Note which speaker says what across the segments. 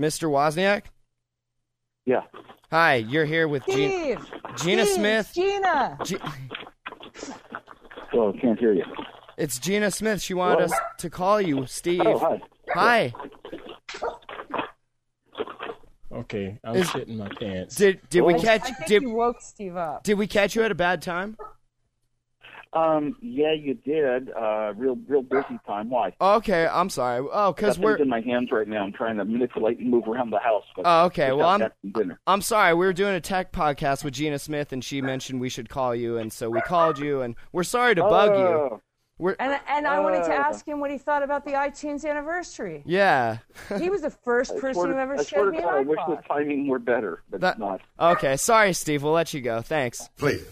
Speaker 1: Mr. Wozniak?
Speaker 2: Yeah.
Speaker 1: Hi, you're here with Gina,
Speaker 3: Steve.
Speaker 1: Gina
Speaker 3: Steve,
Speaker 1: Smith.
Speaker 3: Gina.
Speaker 1: G-
Speaker 2: Well, Oh, can't hear you.
Speaker 1: it's Gina Smith. She wanted us to call you, Steve.
Speaker 2: Oh,
Speaker 1: Hi.
Speaker 2: hi.
Speaker 4: Okay, I was
Speaker 1: Is-
Speaker 4: shitting my pants.
Speaker 1: Did did we
Speaker 2: Well,
Speaker 1: catch
Speaker 3: I think
Speaker 1: did
Speaker 3: you woke Steve up.
Speaker 1: did we catch you at a bad time?
Speaker 2: Um, yeah, you did. Uh, real, real busy time. Why?
Speaker 1: Okay, I'm sorry. Oh,
Speaker 2: Got
Speaker 1: cuz
Speaker 2: things
Speaker 1: we're
Speaker 2: in my hands right now. I'm trying to manipulate and move around the house. But
Speaker 1: Oh, okay.
Speaker 2: just
Speaker 1: Well, I'm-
Speaker 2: got back from dinner.
Speaker 1: I'm sorry. We were doing a tech podcast with Gina Smith, and she mentioned we should call you, and so we called you, and we're sorry to bug you.
Speaker 2: oh,
Speaker 3: And and I wanted to
Speaker 2: Uh.
Speaker 3: ask him what he thought about the iTunes anniversary.
Speaker 1: Yeah.
Speaker 3: He was the first
Speaker 2: I
Speaker 3: person
Speaker 2: swear
Speaker 3: who
Speaker 2: to-
Speaker 3: ever
Speaker 2: I swear
Speaker 3: showed
Speaker 2: to
Speaker 3: me an
Speaker 2: God, I wish the
Speaker 3: iPod.
Speaker 2: timing were better, but
Speaker 1: That-
Speaker 2: it's not.
Speaker 1: Okay. Sorry, Steve. We'll let you go. Thanks.
Speaker 5: Please.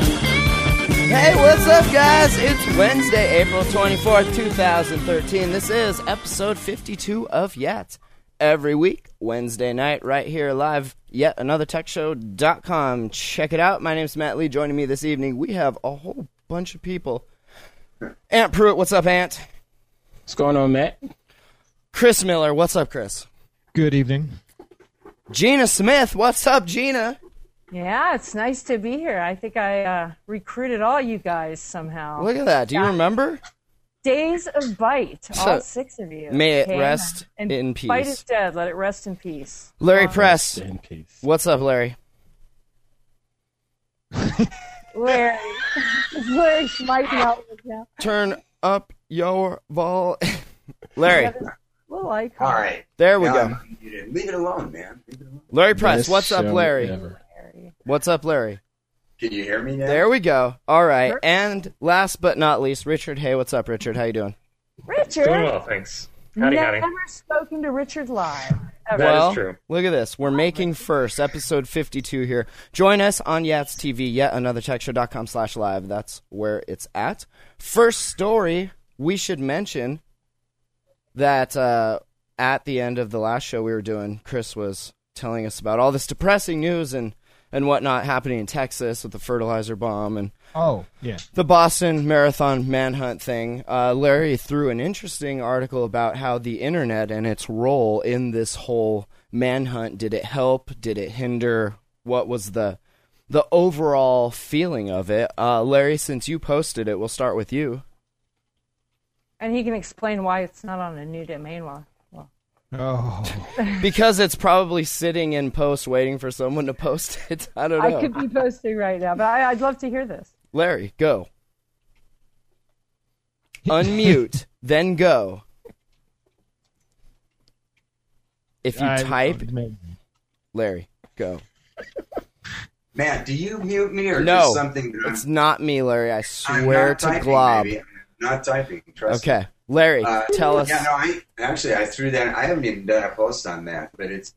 Speaker 1: Hey, what's up, guys? It's Wednesday, April 24th, 2013. This is episode 52 of Yet. Every week, Wednesday night, right here live, yet another techshow.com. Check it out. My name's Matt Lee. Joining me this evening, we have a whole bunch of people. Aunt Pruitt, what's up, Aunt?
Speaker 4: What's going on, Matt?
Speaker 1: Chris Miller, what's up, Chris?
Speaker 6: Good evening.
Speaker 1: Gina Smith, what's up, Gina?
Speaker 3: Yeah, it's nice to be here. I think I uh, recruited all you guys somehow.
Speaker 1: Look at that. Do you remember?
Speaker 3: Days of Bite,
Speaker 1: So,
Speaker 3: all six of you.
Speaker 1: may it
Speaker 3: came
Speaker 1: rest
Speaker 3: and
Speaker 1: in
Speaker 3: Bite
Speaker 1: peace.
Speaker 3: is dead. Let it rest in peace.
Speaker 1: Larry Press,
Speaker 4: In peace.
Speaker 1: what's up, Larry?
Speaker 3: Larry,
Speaker 7: Larry's mic out right now.
Speaker 1: Turn up your vol. Larry,
Speaker 3: little icon.
Speaker 5: All right.
Speaker 1: there we
Speaker 5: Now
Speaker 1: go.
Speaker 5: I'm muted. Leave it alone, man. Leave it alone.
Speaker 1: Larry Press,
Speaker 4: Best
Speaker 1: what's up,
Speaker 4: show
Speaker 1: Larry?
Speaker 4: ever.
Speaker 1: What's up, Larry?
Speaker 5: Can you hear me now?
Speaker 1: There we go. All right. And last but not least, Richard. Hey, what's up, Richard? How you doing?
Speaker 3: Richard.
Speaker 8: Doing well, thanks. Howdy,
Speaker 3: Never
Speaker 8: howdy.
Speaker 3: spoken to Richard live. Ever.
Speaker 8: That is
Speaker 1: well,
Speaker 8: true.
Speaker 1: look at this. We're making first episode 52 here. Join us on Yats TV, yet another techshow.com slash live. That's where it's at. First story, we should mention that uh, at the end of the last show we were doing, Chris was telling us about all this depressing news and, and whatnot happening in Texas with the fertilizer bomb and
Speaker 6: Oh, yeah.
Speaker 1: the Boston Marathon manhunt thing, uh, Larry threw an interesting article about how the internet and its role in this whole manhunt did it help? Did it hinder? What was the the overall feeling of it? Uh, Larry, since you posted it, we'll start with you.
Speaker 3: And he can explain why it's not on a new domain law. Well,
Speaker 6: Oh,
Speaker 1: Because it's probably sitting in post waiting for someone to post it. I don't know.
Speaker 3: I could be posting right now, but I, I'd love to hear this.
Speaker 1: Larry, go. Unmute, then go. If you
Speaker 6: I-
Speaker 1: type Larry, go.
Speaker 5: Matt, do you mute me or
Speaker 1: No,
Speaker 5: just something that I'm-
Speaker 1: It's not me, Larry. I
Speaker 5: I'm
Speaker 1: swear
Speaker 5: not
Speaker 1: to
Speaker 5: typing,
Speaker 1: glob.
Speaker 5: baby. I'm not typing. Trust me.
Speaker 1: Okay, Larry,
Speaker 5: Uh,
Speaker 1: tell us.
Speaker 5: Yeah, no, I actually I threw that. I haven't even done a post on that, but it's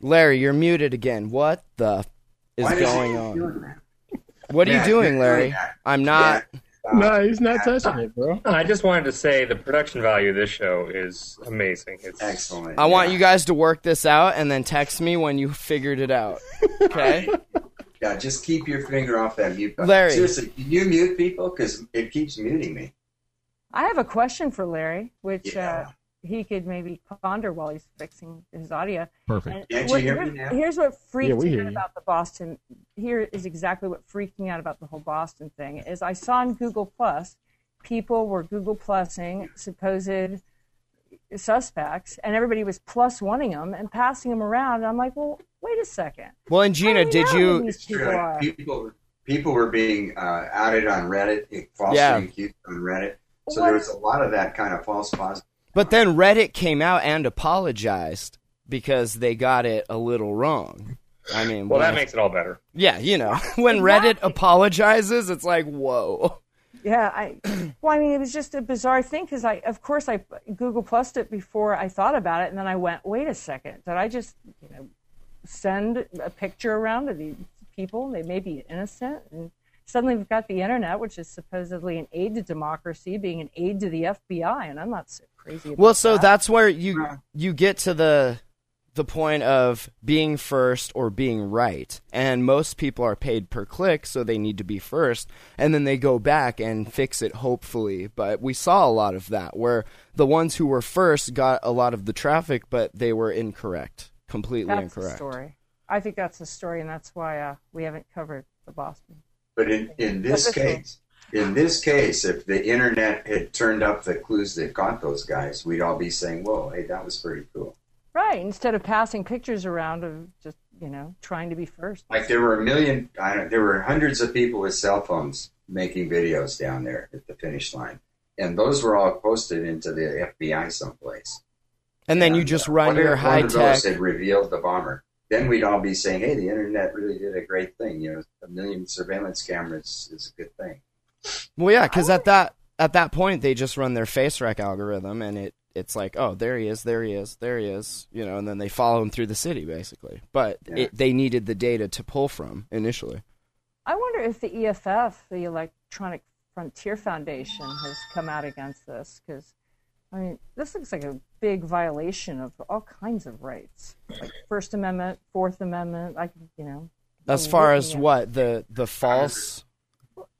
Speaker 1: Larry, you're muted again. What the f- is
Speaker 5: why does it
Speaker 1: going
Speaker 5: keep
Speaker 1: on?
Speaker 5: doing that?
Speaker 1: What are you
Speaker 5: Matt, you're
Speaker 1: doing,
Speaker 5: doing
Speaker 1: Larry?
Speaker 5: that. Uh,
Speaker 1: I'm not.
Speaker 5: Matt,
Speaker 4: No, he's not touching it, bro.
Speaker 8: Oh, I just wanted to say the production value of this show is amazing. It's
Speaker 5: excellent.
Speaker 1: I want
Speaker 5: Yeah.
Speaker 1: you guys to work this out and then text me when you figured it out. Okay?
Speaker 5: Yeah, just keep your finger off that mute button.
Speaker 1: Larry.
Speaker 5: Seriously, can you mute people? Because it keeps muting me.
Speaker 3: I have a question for Larry, which
Speaker 5: Yeah.
Speaker 3: uh, he could maybe ponder while he's fixing his audio.
Speaker 6: perfect.
Speaker 5: Can't
Speaker 3: What-
Speaker 5: you hear
Speaker 3: here's,
Speaker 5: me now?
Speaker 3: here's what freaked
Speaker 4: Yeah, we
Speaker 3: me
Speaker 4: hear
Speaker 3: out
Speaker 4: you.
Speaker 3: about the Boston. Here is exactly what freaked me out about the whole Boston thing. Is I saw on Google Plus, people were Google Plusing supposed suspects, and everybody was plus oneing them and passing them around. And I'm like, well, wait a second.
Speaker 1: Well, and
Speaker 3: How do
Speaker 1: Gina,
Speaker 3: we
Speaker 1: did
Speaker 3: know who
Speaker 1: you
Speaker 3: these
Speaker 5: It's true.
Speaker 3: people are?
Speaker 5: People, people were being uh, outed on Reddit, eh, falsely
Speaker 1: Yeah.
Speaker 5: accused on Reddit. So
Speaker 3: What-
Speaker 5: there was a lot of that kind of false positive.
Speaker 1: But then Reddit came out and apologized because they got it a little wrong. I mean,
Speaker 8: well, that
Speaker 1: when-
Speaker 8: makes it all better.
Speaker 1: yeah, you know, when Reddit apologizes, it's like, whoa,
Speaker 3: Yeah, I. Well, I mean, it was just a bizarre thing because I, of course, I Google plused it before I thought about it, and then I went, wait a second, did I just, you know, send a picture around to these people? They may be innocent, and suddenly we've got the internet, which is supposedly an aid to democracy, being an aid to the FBI, and I'm not so crazy. About
Speaker 1: Well, so
Speaker 3: that.
Speaker 1: that's where you you get to the the point of being first or being right. And most people are paid per click, so they need to be first, and then they go back and fix it hopefully. But we saw a lot of that where the ones who were first got a lot of the traffic, but they were incorrect, completely
Speaker 3: that's the
Speaker 1: incorrect.
Speaker 3: story. I think that's the story, and that's why uh, we haven't covered the Boston.
Speaker 5: But in, in this
Speaker 3: Official.
Speaker 5: case, in this case, if the internet had turned up the clues that got those guys, we'd all be saying, "Whoa, hey, that was pretty cool."
Speaker 3: Right. Instead of passing pictures around of just, you know, trying to be first.
Speaker 5: Like there were a million, I don't, there were hundreds of people with cell phones making videos down there at the finish line, and those were all posted into the FBI someplace.
Speaker 1: And then you just run
Speaker 5: What if
Speaker 1: your high
Speaker 5: one of those
Speaker 1: tech.
Speaker 5: had revealed the bomber? Then we'd all be saying, "Hey, the internet really did a great thing. You know, a million surveillance cameras is a good thing."
Speaker 1: Well, yeah, because at that at that point they just run their face rec algorithm, and it it's like, oh, there he is, there he is, there he is, you know, and then they follow him through the city basically. But
Speaker 5: Yeah.
Speaker 1: it, they needed the data to pull from initially.
Speaker 3: I wonder if the EFF, the Electronic Frontier Foundation, has come out against this because, I mean, this looks like a big violation of all kinds of rights, like First Amendment, Fourth Amendment. I could, you know.
Speaker 1: As
Speaker 3: be
Speaker 1: far
Speaker 3: looking
Speaker 1: as
Speaker 3: at-
Speaker 1: what the the false,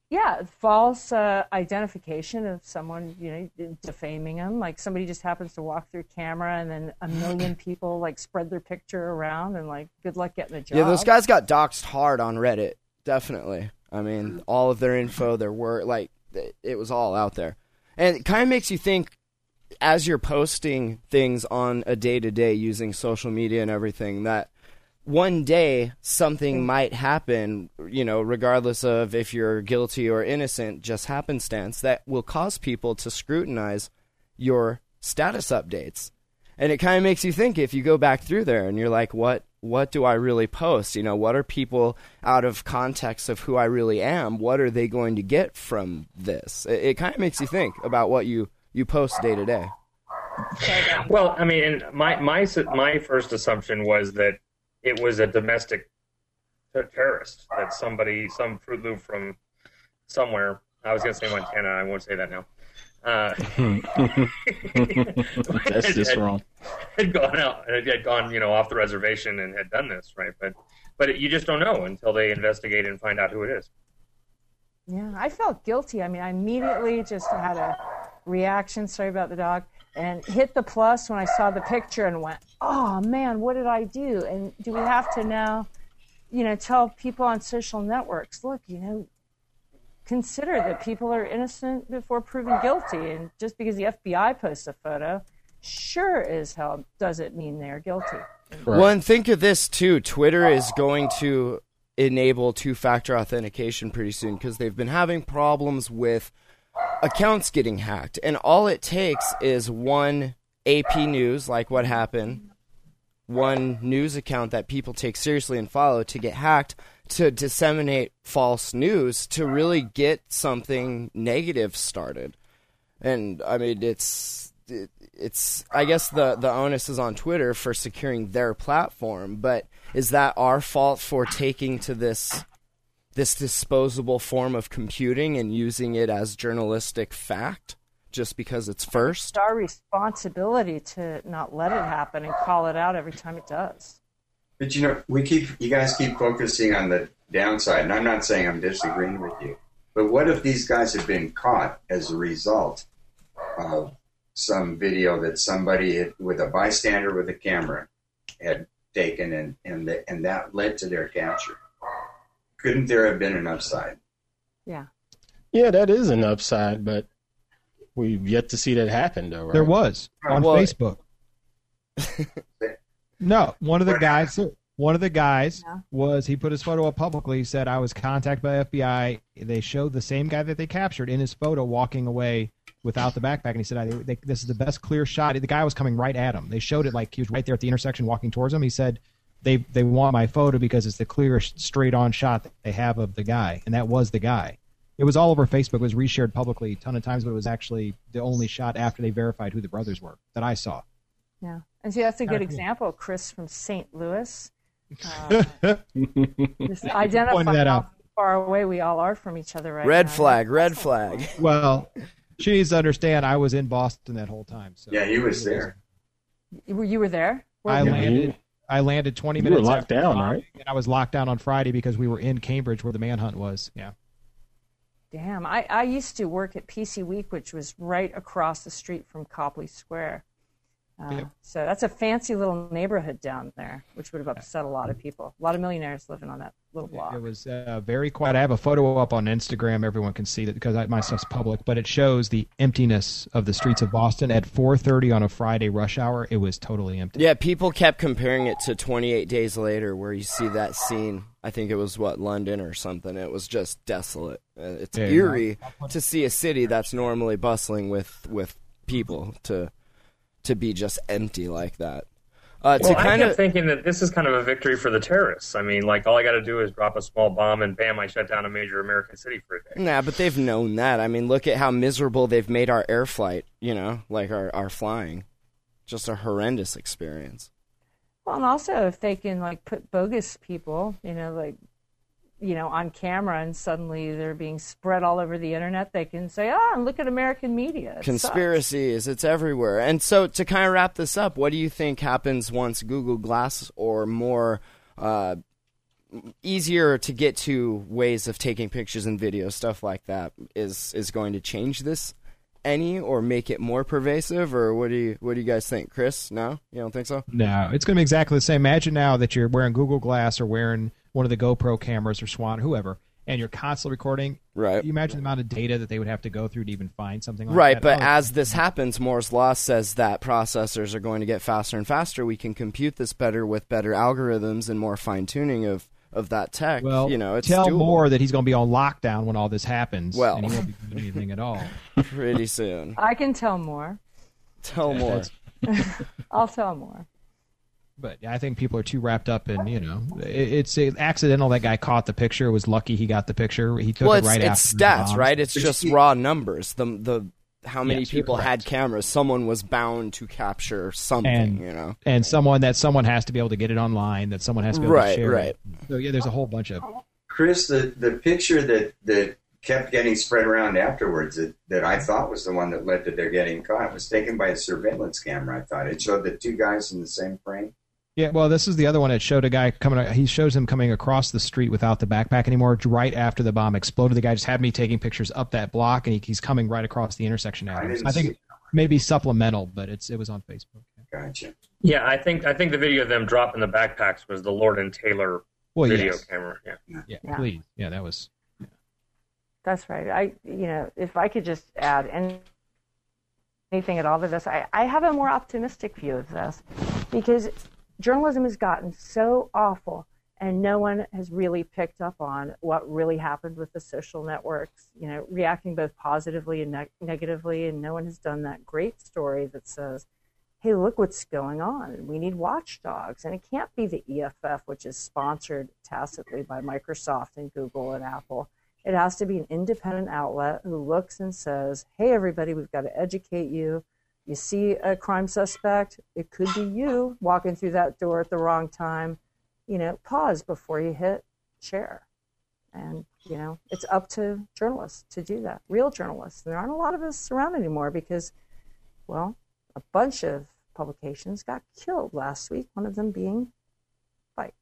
Speaker 3: Yeah, false uh, identification of someone, you know, defaming them. Like somebody just happens to walk through camera, and then a million people like spread their picture around, and like, good luck getting a job.
Speaker 1: yeah, those guys got doxxed hard on Reddit, definitely. I mean, all of their info, their work, like it, it was all out there, and it kind of makes you think as you're posting things on a day to day using social media and everything that one day something might happen, you know, regardless of if you're guilty or innocent, just happenstance, that will cause people to scrutinize your status updates. And it kind of makes you think if you go back through there and you're like, what? What do I really post? You know, what are people out of context of who I really am? What are they going to get from this? It, it kind of makes you think about what you you post day to day.
Speaker 8: Well, I mean, and my my s- my first assumption was that it was a domestic ter- terrorist that somebody, some Fruit Loop from somewhere. I was going to say Montana. I won't say that now. Uh,
Speaker 4: That's just wrong.
Speaker 8: had gone out, had gone, you know, off the reservation and had done this, right? But but you just don't know until they investigate and find out who it is.
Speaker 3: Yeah, I felt guilty. I mean, I immediately just had a reaction. Sorry about the dog. And hit the plus when I saw the picture and went, oh man, what did I do? And do we have to now, you know, tell people on social networks, look, you know, consider that people are innocent before proven guilty. And just because the FBI posts a photo, sure as hell doesn't mean they're guilty.
Speaker 4: Right.
Speaker 1: Well, and think of this too. Twitter is going to enable two-factor authentication pretty soon because they've been having problems with accounts getting hacked, and all it takes is one AP news, like what happened, one news account that people take seriously and follow to get hacked to disseminate false news to really get something negative started. And I mean, it's it, it's I guess the the onus is on Twitter for securing their platform, but is that our fault for taking to this this disposable form of computing and using it as journalistic fact just because it's first?
Speaker 3: It's our responsibility to not let it happen and call it out every time it does.
Speaker 5: But you know, we keep you guys keep focusing on the downside, and I'm not saying I'm disagreeing with you. But what if these guys have been caught as a result of some video that somebody had, with a bystander with a camera had taken, and and the, and that led to their capture? Couldn't there have been an upside?
Speaker 3: Yeah.
Speaker 4: Yeah, that is an upside, but we've yet to see that happen, though. Right?
Speaker 6: There was on
Speaker 1: Well-
Speaker 6: Facebook. no, one of the guys. One of the guys
Speaker 3: Yeah.
Speaker 6: was he put his photo up publicly. He said, "I was contacted by FBI. They showed the same guy that they captured in his photo walking away without the backpack." And he said, I, they, "This is the best clear shot." The guy was coming right at him. They showed it like he was right there at the intersection, walking towards him. He said, "They they want my photo because it's the clearest straight on shot that they have of the guy, and that was the guy." It was all over Facebook. It was reshared publicly a ton of times, but it was actually the only shot after they verified who the brothers were that I saw.
Speaker 3: Yeah. And see, that's a good
Speaker 6: Kinda cool.
Speaker 3: example. Chris from St. Louis. Uh, just identifying
Speaker 6: that
Speaker 3: how
Speaker 6: out.
Speaker 3: far away we all are from each other right
Speaker 1: Red
Speaker 3: now.
Speaker 1: flag, red flag.
Speaker 6: Well, she needs to understand I was in Boston that whole time. So
Speaker 5: Yeah, he was there.
Speaker 3: You were, you were there? Were
Speaker 6: I
Speaker 3: you?
Speaker 4: Yeah, you-
Speaker 6: landed. I landed 20
Speaker 4: You were
Speaker 6: minutes.
Speaker 4: locked
Speaker 6: after
Speaker 4: down,
Speaker 6: the
Speaker 4: right?
Speaker 6: bombing, And I was locked down on Friday because we were in Cambridge where the manhunt was. Yeah.
Speaker 3: Damn, I, I used to work at PC Week, which was right across the street from Copley Square. Uh,
Speaker 6: Yep.
Speaker 3: So that's a fancy little neighborhood down there, which would have upset a lot of people. A lot of millionaires living on that little block.
Speaker 6: It was uh, very quiet. I have a photo up on Instagram. Everyone can see that because I, my stuff's public. But it shows the emptiness of the streets of Boston at 4:30 on a Friday rush hour. It was totally empty.
Speaker 1: Yeah, people kept comparing it to 28 Days Later, where you see that scene. I think it was what London or something. It was just desolate. Uh, It's
Speaker 6: Yeah,
Speaker 1: eerie to see a city that's normally bustling with with people to to be just empty like that. Uh,
Speaker 8: Well,
Speaker 1: to
Speaker 8: I
Speaker 1: kind
Speaker 8: kept
Speaker 1: of
Speaker 8: thinking that this is kind of a victory for the terrorists. I mean, like all I got to do is drop a small bomb, and bam, I shut down a major American city for a day.
Speaker 1: nah, but they've known that. I mean, look at how miserable they've made our air flight. You know, like our our flying, just a horrendous experience.
Speaker 3: Well, and also if they can like put bogus people, you know, like you know, on camera, and suddenly they're being spread all over the internet. They can say, "Ah, and look at American media." It sucks."
Speaker 1: conspiracies it's everywhere and so to kind of wrap this up what do you think happens once google glass or more uh, easier to get to ways of taking pictures and video stuff like that is is going to change this any or make it more pervasive or what do you what do you guys think chris no you don't think so
Speaker 6: No, it's going to be exactly the same. Imagine now that you're wearing Google Glass or wearing one of the GoPro cameras or Swan, whoever, and you're constantly recording.
Speaker 1: Right.
Speaker 6: You imagine the amount of data that they would have to go through to even find something like
Speaker 1: Right,
Speaker 6: that.
Speaker 1: but
Speaker 6: Oh,
Speaker 1: as this happens, Moore's law says that processors are going to get faster and faster. We can compute this better with better algorithms and more fine tuning of, of that tech.
Speaker 6: well,
Speaker 1: you know, it's
Speaker 6: tell
Speaker 1: doable
Speaker 6: Moore that he's going to be on lockdown when all this happens.
Speaker 1: Well.
Speaker 6: and he won't be doing anything at all.
Speaker 1: pretty soon.
Speaker 3: I can tell more.
Speaker 1: Tell Moore.
Speaker 3: I'll tell more.
Speaker 6: But I think people are too wrapped up in you know it, it's uh, accidental that guy caught the picture. It was lucky he got the picture. He took
Speaker 1: Well,
Speaker 6: it
Speaker 1: it's,
Speaker 6: right
Speaker 1: it's
Speaker 6: after the
Speaker 1: stats,
Speaker 6: bomb.
Speaker 1: right? It's just raw numbers. The the how many
Speaker 6: Yes, you're
Speaker 1: people had
Speaker 6: correct.
Speaker 1: cameras. Someone was bound to capture something,
Speaker 6: And-
Speaker 1: you know.
Speaker 6: And someone that someone has to be able to get it online. That someone has to be able
Speaker 1: Right,
Speaker 6: to share.
Speaker 1: right.
Speaker 6: It. So yeah, there's a whole bunch of
Speaker 5: Chris, the, the picture that, that kept getting spread around afterwards that, that I thought was the one that led to their getting caught was taken by a surveillance camera, I thought. It showed the two guys in the same frame.
Speaker 6: Yeah, well, this is the other one. It showed a guy coming. He shows him coming across the street without the backpack anymore. Right after the bomb exploded, the guy just had me taking pictures up that block, and he, he's coming right across the intersection now.
Speaker 5: I didn't
Speaker 6: I think
Speaker 5: see
Speaker 6: it may be supplemental, but it's it was on Facebook.
Speaker 5: Gotcha.
Speaker 8: Yeah, I think I think the video of them dropping the backpacks was the Lord and Taylor
Speaker 6: Well,
Speaker 8: video
Speaker 6: yes.
Speaker 8: camera. Yeah.
Speaker 6: yeah,
Speaker 3: Yeah.
Speaker 6: please, yeah, that was
Speaker 3: That's right. I, you know, if I could just add any, anything at all to this, I, I have a more optimistic view of this because journalism has gotten so awful and no one has really picked up on what really happened with the social networks, you know, reacting both positively and neg- negatively. And no one has done that great story that says, hey, look what's going on. and We need watchdogs. And it can't be the EFF, which is sponsored tacitly by Microsoft and Google and Apple. It has to be an independent outlet who looks and says, hey, everybody, we've got to educate you. You see a crime suspect, it could be you walking through that door at the wrong time. You know, pause before you hit share. And, you know, it's up to journalists to do that, real journalists. There aren't a lot of us around anymore because, well, a bunch of publications got killed last week, one of them being Byte.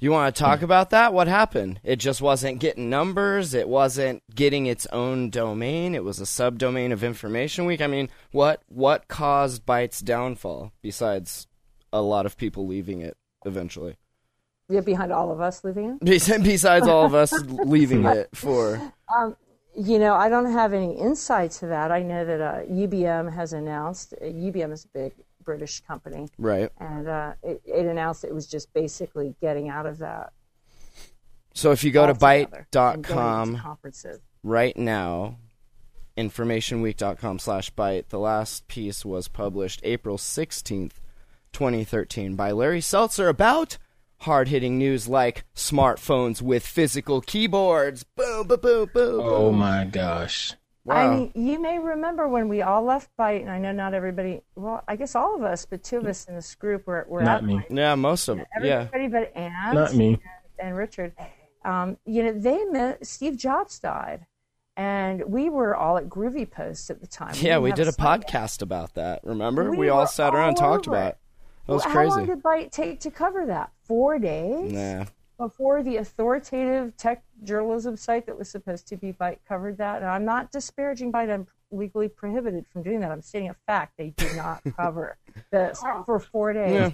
Speaker 1: You want to talk about that? What happened? It just wasn't getting numbers. It wasn't getting its own domain. It was a subdomain of Information Week. I mean, what what caused Byte's downfall besides a lot of people leaving it eventually?
Speaker 3: Yeah, behind all of us living in.
Speaker 1: Besides all of us leaving it for
Speaker 3: You know, I don't have any insight to that. I know that uh, UBM has announced, uh, UBM is a big British company,
Speaker 1: right.
Speaker 3: and uh, it, it announced it was just basically getting out of that.
Speaker 1: So if you go to
Speaker 3: altogether
Speaker 1: byte.com
Speaker 3: and going to Conferences.
Speaker 1: right now informationweek.com slash byte the last piece was published april 16th 2013 by larry seltzer about hard hitting news like smartphones with physical keyboards. Boom, boom, boom, boom.
Speaker 4: Oh
Speaker 1: boom.
Speaker 4: my gosh.
Speaker 1: Wow.
Speaker 3: I mean, you may remember when we all left Bite, and I know not everybody. Well, I guess all of us, but two of us in this group were were
Speaker 4: Not
Speaker 3: at
Speaker 4: me.
Speaker 3: Byte.
Speaker 1: yeah, most of them. Mm. Yeah.
Speaker 3: Everybody but Anne
Speaker 4: Not me.
Speaker 3: and Richard. Um, you know, they met. Steve Jobs died, and we were all at Groovy Post at the time.
Speaker 1: Yeah, we
Speaker 3: didn't
Speaker 1: did a
Speaker 3: have Sunday.
Speaker 1: podcast about that. Remember? We,
Speaker 3: We
Speaker 1: all
Speaker 3: were
Speaker 1: sat around and
Speaker 3: all
Speaker 1: talked
Speaker 3: over
Speaker 1: about it.
Speaker 3: it.
Speaker 1: That was
Speaker 3: Well, How long
Speaker 1: crazy.
Speaker 3: did Byte take to cover that? Four days
Speaker 1: Nah.
Speaker 3: before the authoritative tech journalism site that was supposed to be Byte covered that. And I'm not disparaging Byte. I'm legally prohibited from doing that. I'm stating a fact. They did not cover this for four days.
Speaker 1: Yeah.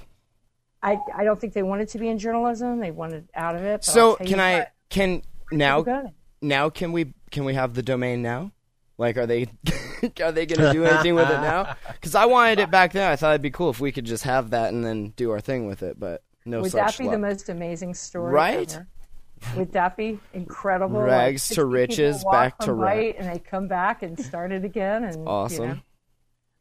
Speaker 3: I, I don't think they wanted to be in journalism. They wanted out of it. but
Speaker 1: So
Speaker 3: I'll tell you
Speaker 1: can I
Speaker 3: what,
Speaker 1: can
Speaker 3: we're
Speaker 1: now
Speaker 3: gonna.
Speaker 1: now can we can we have the domain now? Like are they are they gonna do anything with it now? Because I wanted it back then. I thought it'd be cool if we could just have that and then do our thing with it, but no
Speaker 3: Would
Speaker 1: such
Speaker 3: that be
Speaker 1: luck.
Speaker 3: the most amazing story?
Speaker 1: Right?
Speaker 3: ever? Would that be incredible? Like,
Speaker 1: Rags to
Speaker 3: 60 people
Speaker 1: riches,
Speaker 3: walk
Speaker 1: back to
Speaker 3: from
Speaker 1: ri-
Speaker 3: right, and they come back and start it again. And you
Speaker 1: awesome.
Speaker 3: know,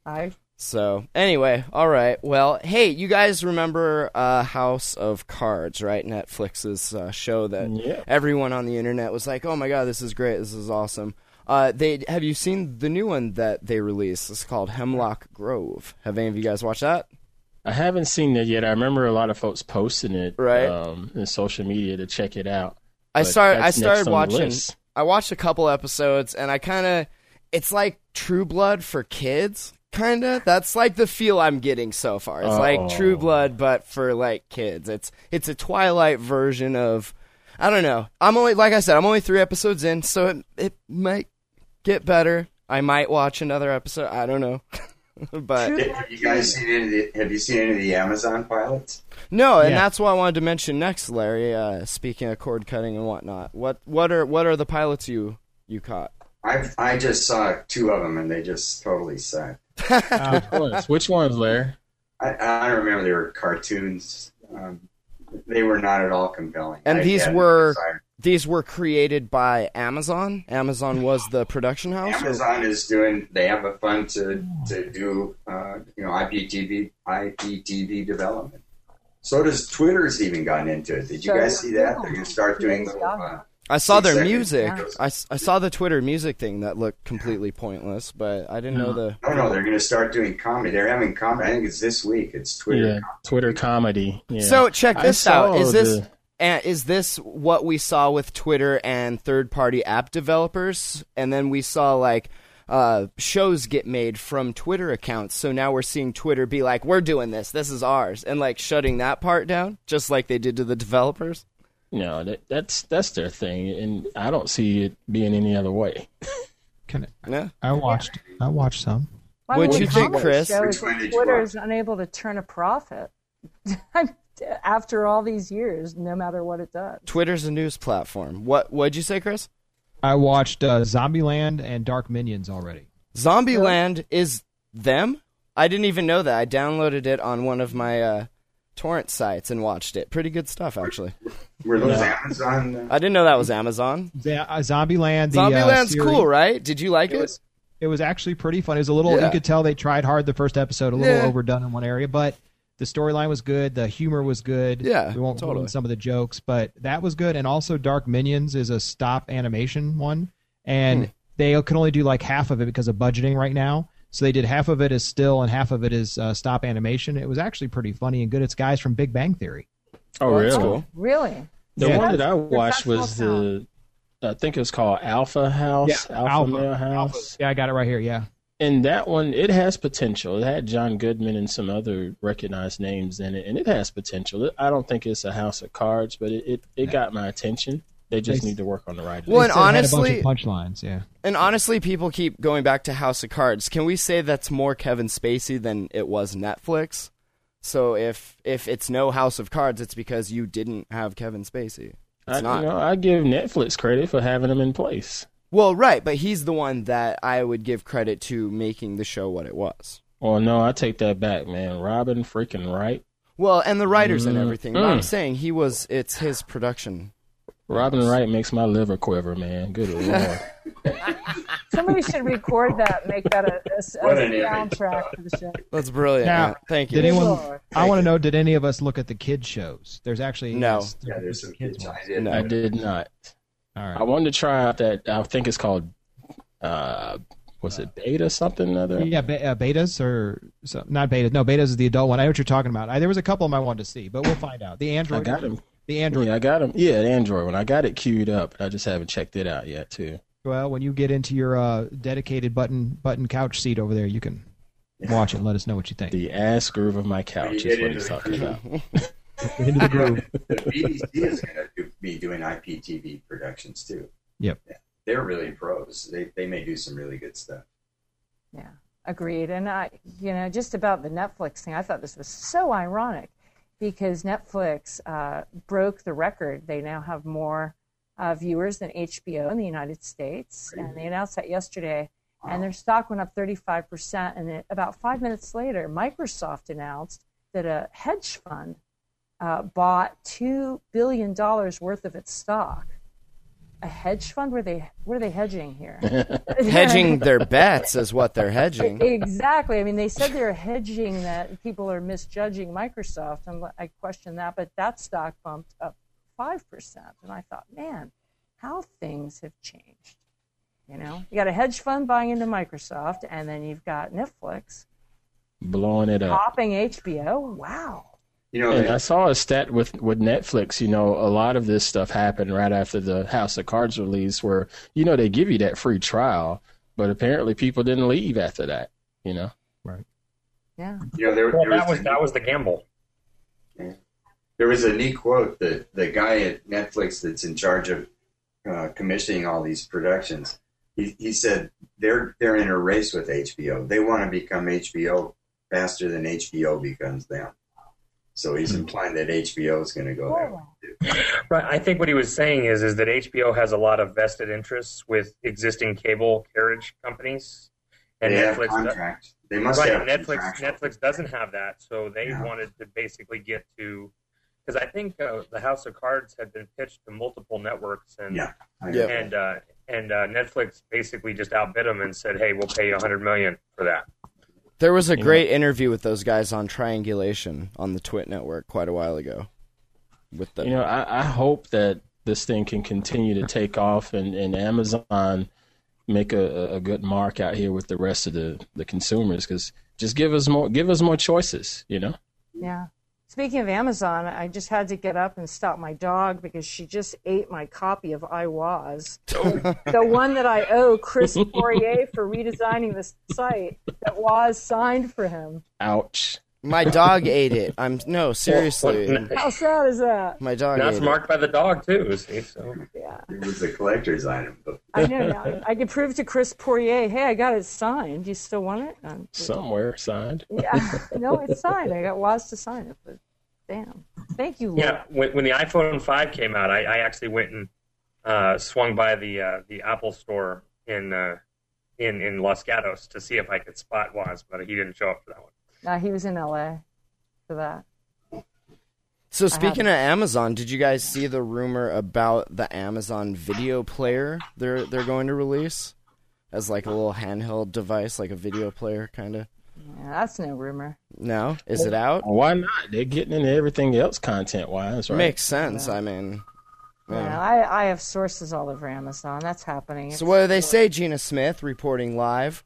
Speaker 3: I
Speaker 1: So anyway, all right. Well, hey, you guys remember uh, House of Cards, right? Netflix's uh, show that
Speaker 4: Yeah.
Speaker 1: everyone on the internet was like, "Oh my god, this is great! This is awesome." Uh, they have you seen the new one that they released? It's called Hemlock Grove. Have any of you guys watched that?
Speaker 4: I haven't seen it yet. I remember a lot of folks posting it
Speaker 1: Right.
Speaker 4: um, in social media to check it out.
Speaker 1: I
Speaker 4: But
Speaker 1: started. I
Speaker 4: that's next on
Speaker 1: started
Speaker 4: the
Speaker 1: watching.
Speaker 4: list.
Speaker 1: I watched a couple episodes, and I kind of. It's like True Blood for kids, kind of. That's like the feel I'm getting so far. It's like True
Speaker 4: Oh.
Speaker 1: Blood, but for like kids. It's it's a Twilight version of. I don't know. I'm only like I said. I'm only three episodes in, so it it might get better. I might watch another episode. I don't know, but
Speaker 5: Have you guys seen any of the, Have you seen any of the Amazon pilots?
Speaker 1: no, and
Speaker 6: Yeah.
Speaker 1: that's what I wanted to mention next, Larry. Uh, speaking of cord cutting and whatnot, what what are what are the pilots you you caught?
Speaker 5: I've I just saw two of them and they just totally sucked.
Speaker 6: Uh,
Speaker 4: Which ones? Which ones, Larry?
Speaker 5: I, I don't remember they were cartoons. Um, they were not at all compelling.
Speaker 1: And
Speaker 5: I
Speaker 1: these
Speaker 5: had no
Speaker 1: were-
Speaker 5: desire.
Speaker 1: these were created by Amazon. Amazon was the production house. or-
Speaker 5: Amazon is doing. They have a fund to to do uh, you know IPTV IPTV development. So does Twitter's even gotten into it. Did you
Speaker 3: So-
Speaker 5: guys see that? They're going to start doing little. Uh,
Speaker 1: I saw their
Speaker 5: Exactly.
Speaker 1: music.
Speaker 5: Yeah.
Speaker 1: I, s- I saw the Twitter music thing that looked completely pointless, but I didn't know the.
Speaker 4: Mm-hmm.
Speaker 5: no, no, they're going to start doing comedy. They're having comedy. I think it's this week. It's Twitter.
Speaker 4: Yeah, Twitter comedy. Yeah.
Speaker 1: So check
Speaker 4: I
Speaker 1: this out.
Speaker 4: saw
Speaker 1: Is this
Speaker 4: the-
Speaker 1: uh, is this what we saw with Twitter and third party app developers? And then we saw like uh, shows get made from Twitter accounts. So now we're seeing Twitter be like, "We're doing this. This is ours," and like shutting that part down, just like they did to the developers.
Speaker 4: No, that, that's that's their thing, and I don't see it being any other way.
Speaker 6: can
Speaker 1: Yeah.
Speaker 6: I watched. I watched some.
Speaker 3: Why
Speaker 1: What'd
Speaker 3: would
Speaker 1: you
Speaker 3: the
Speaker 1: think,
Speaker 3: comedy
Speaker 1: Chris?
Speaker 3: show
Speaker 5: Which
Speaker 3: is
Speaker 5: one
Speaker 3: that
Speaker 5: did you
Speaker 3: Twitter
Speaker 5: watch?
Speaker 3: is unable to turn a profit after all these years, no matter what it does.
Speaker 1: Twitter's a news platform. What what'd you say, Chris?
Speaker 6: I watched uh, Zombieland and Dark Minions already.
Speaker 1: Zombieland is them? I didn't even know that. I downloaded it on one of my uh, torrent sites and watched it. Pretty good stuff, actually.
Speaker 5: Were those Amazon? Uh,
Speaker 1: I didn't know that was Amazon.
Speaker 6: The, uh, Zombieland. The, uh,
Speaker 1: Zombieland's
Speaker 6: series,
Speaker 1: cool, right? Did you like
Speaker 6: It
Speaker 1: it?
Speaker 6: was, it was actually pretty fun. It was a little.
Speaker 1: Yeah.
Speaker 6: You could tell they tried hard the first episode. A little
Speaker 1: Yeah.
Speaker 6: overdone in one area, but the storyline was good. The humor was good.
Speaker 1: Yeah,
Speaker 6: we won't ruin
Speaker 1: totally.
Speaker 6: some of the jokes, but that was good. And also, Dark Minions is a stop animation one, and
Speaker 1: Hmm.
Speaker 6: they can only do like half of it because of budgeting right now. So they did half of it is still, and half of it is uh, stop animation. It was actually pretty funny and good. It's guys from Big Bang Theory.
Speaker 4: Oh,
Speaker 1: That's
Speaker 4: really?
Speaker 1: cool.
Speaker 3: Really?
Speaker 4: The
Speaker 6: Yeah.
Speaker 4: one that I
Speaker 3: That's-
Speaker 4: watched
Speaker 3: that's
Speaker 4: was
Speaker 3: awesome.
Speaker 4: the, I think it was called Alpha House, Alpha, Male House,
Speaker 6: Yeah, I got it right here. Yeah.
Speaker 4: and that one it has potential. It had John Goodman and some other recognized names in it, and it has potential. It- I don't think it's a House of Cards, but it it, it got my attention. They just
Speaker 6: They-
Speaker 4: need to work on the writing.
Speaker 1: Well,
Speaker 6: They
Speaker 1: and
Speaker 6: still had
Speaker 1: honestly,
Speaker 6: a bunch of punchlines. Yeah.
Speaker 1: and honestly, people keep going back to House of Cards. Can we say that's more Kevin Spacey than it was Netflix? So if if it's no House of Cards, it's because you didn't have Kevin Spacey. It's
Speaker 4: I,
Speaker 1: not.
Speaker 4: You know, I give Netflix credit for having them in place.
Speaker 1: Well, right, but he's the one that I would give credit to making the show what it was.
Speaker 4: Well, no, I take that back, man. Robin freaking Wright.
Speaker 1: Well, and the writers and
Speaker 4: Mm,
Speaker 1: everything. But I'm
Speaker 4: mm.
Speaker 1: saying he was. It's his production.
Speaker 4: Robin Wright makes my liver quiver, man. Good lord.
Speaker 3: Somebody should record that, make that a, a, s- a
Speaker 5: What an image.
Speaker 3: soundtrack for the show.
Speaker 1: That's brilliant.
Speaker 6: Now,
Speaker 1: man. Thank you.
Speaker 6: Did anyone?
Speaker 3: Lord.
Speaker 6: I want to know. Did any of us look at the kids shows? There's actually
Speaker 1: No.
Speaker 5: Yeah, there's some kids. I did.
Speaker 1: No.
Speaker 4: I did not.
Speaker 6: All right.
Speaker 4: I wanted to try out that I think it's called uh was it beta something or other?
Speaker 6: Yeah, be, uh, betas or so, not betas. No, betas is the adult one. I know what you're talking about. I, there was a couple of them I wanted to see, but we'll find out. The
Speaker 4: I
Speaker 6: Android,
Speaker 4: got him.
Speaker 6: the Android.
Speaker 4: Yeah, I got him. Yeah, the Android one. I got it queued up, but I just haven't checked it out yet too.
Speaker 6: Well, when you get into your uh, dedicated button button couch seat over there, you can watch it. and Let us know what you think.
Speaker 4: The ass groove of my couch
Speaker 5: You
Speaker 4: is
Speaker 5: get
Speaker 4: what
Speaker 5: into
Speaker 4: he's
Speaker 5: the
Speaker 4: talking
Speaker 5: groove.
Speaker 4: about.
Speaker 6: Into the groove.
Speaker 5: the BBC is going to do, be doing IPTV productions too.
Speaker 6: Yep.
Speaker 5: Yeah. They're really pros. They they may do some really good stuff.
Speaker 3: Yeah, agreed. And I, you know, just about the Netflix thing, I thought this was so ironic because Netflix uh, broke the record. They now have more uh, viewers than HBO in the United States, and they announced that yesterday. And their stock went up 35%. And it, about five minutes later, Microsoft announced that a hedge fund uh, bought $2 billion worth of its stock. A hedge fund? Were they, what are they hedging here?
Speaker 1: hedging their bets is what they're hedging.
Speaker 3: Exactly. I mean, they said they're hedging that people are misjudging Microsoft, and I question that. But that stock bumped up five percent, and I thought, man, how things have changed. You know, you got a hedge fund buying into Microsoft, and then you've got Netflix
Speaker 4: Blowing it up.
Speaker 3: popping HBO. Wow.
Speaker 5: You know,
Speaker 4: And
Speaker 5: they-
Speaker 4: I saw a stat with, with Netflix, you know, a lot of this stuff happened right after the House of Cards release where, you know, they give you that free trial, but apparently people didn't leave after that, you know.
Speaker 3: Yeah.
Speaker 5: you know there,
Speaker 8: Well,
Speaker 5: there
Speaker 8: that
Speaker 5: was
Speaker 8: was
Speaker 5: a-
Speaker 8: that was the gamble.
Speaker 5: there was a neat quote that the guy at Netflix that's in charge of uh, commissioning all these productions. He, he said they're they're in a race with HBO. They want to become HBO faster than HBO becomes them. So he's
Speaker 8: Hmm.
Speaker 5: implying that HBO is going to go there.
Speaker 8: Right. I think what he was saying is is that HBO has a lot of vested interests with existing cable carriage companies, and
Speaker 5: they have
Speaker 8: Netflix. do-
Speaker 5: contracts. They must
Speaker 8: right,
Speaker 5: have
Speaker 8: Netflix.
Speaker 5: contractual-
Speaker 8: Netflix doesn't have that, so they
Speaker 5: Yeah.
Speaker 8: wanted to basically get to because I think uh, the House of Cards had been pitched to multiple networks, and
Speaker 5: Yeah. I-
Speaker 1: Yeah.
Speaker 8: and uh, and uh, Netflix basically just outbid them and said, "Hey, we'll pay you 100 million for that."
Speaker 1: There was a great interview with those guys on Triangulation on the Twit Network quite a while ago. With the
Speaker 4: You know, I, I hope that this thing can continue to take off and, and Amazon make a, a good mark out here with the rest of the, the consumers because just give us more give us more choices, you know.
Speaker 3: Yeah. Speaking of Amazon, I just had to get up and stop my dog because she just ate my copy of I Was, the one that I owe Chris Poirier for redesigning the site that Was signed for him.
Speaker 4: Ouch.
Speaker 1: my dog ate it. I'm no
Speaker 8: Well,
Speaker 1: seriously.
Speaker 3: How sad is that?
Speaker 1: My dog.
Speaker 8: That's
Speaker 1: ate
Speaker 8: marked by the dog too. See, so
Speaker 3: Yeah,
Speaker 5: It was a collector's item, but
Speaker 3: I know. Now. I could prove to Chris Poirier, hey, I got it signed. You still want it? Um,
Speaker 4: Somewhere signed.
Speaker 3: yeah, no, it's signed. I got Was to sign it, but damn. Thank you, Laura.
Speaker 8: yeah, when, when the iPhone 5 came out, I, I actually went and uh, swung by the uh, the Apple store in uh, in in Los Gatos to see if I could spot Waz, but he didn't show up for that one.
Speaker 3: No, Uh, he was in L.A. for that.
Speaker 1: it. So speaking of Amazon, did you guys see the rumor about the Amazon video player they're they're going to release as like a little handheld device, like a video player kind of?
Speaker 3: Yeah, that's no rumor.
Speaker 1: No, is it out?
Speaker 4: Why not? They're getting into everything else content wise, right?
Speaker 1: Makes sense. I mean,
Speaker 3: Yeah, I, I have sources all over Amazon. That's happening.
Speaker 1: so what do they say? Gina Smith reporting live.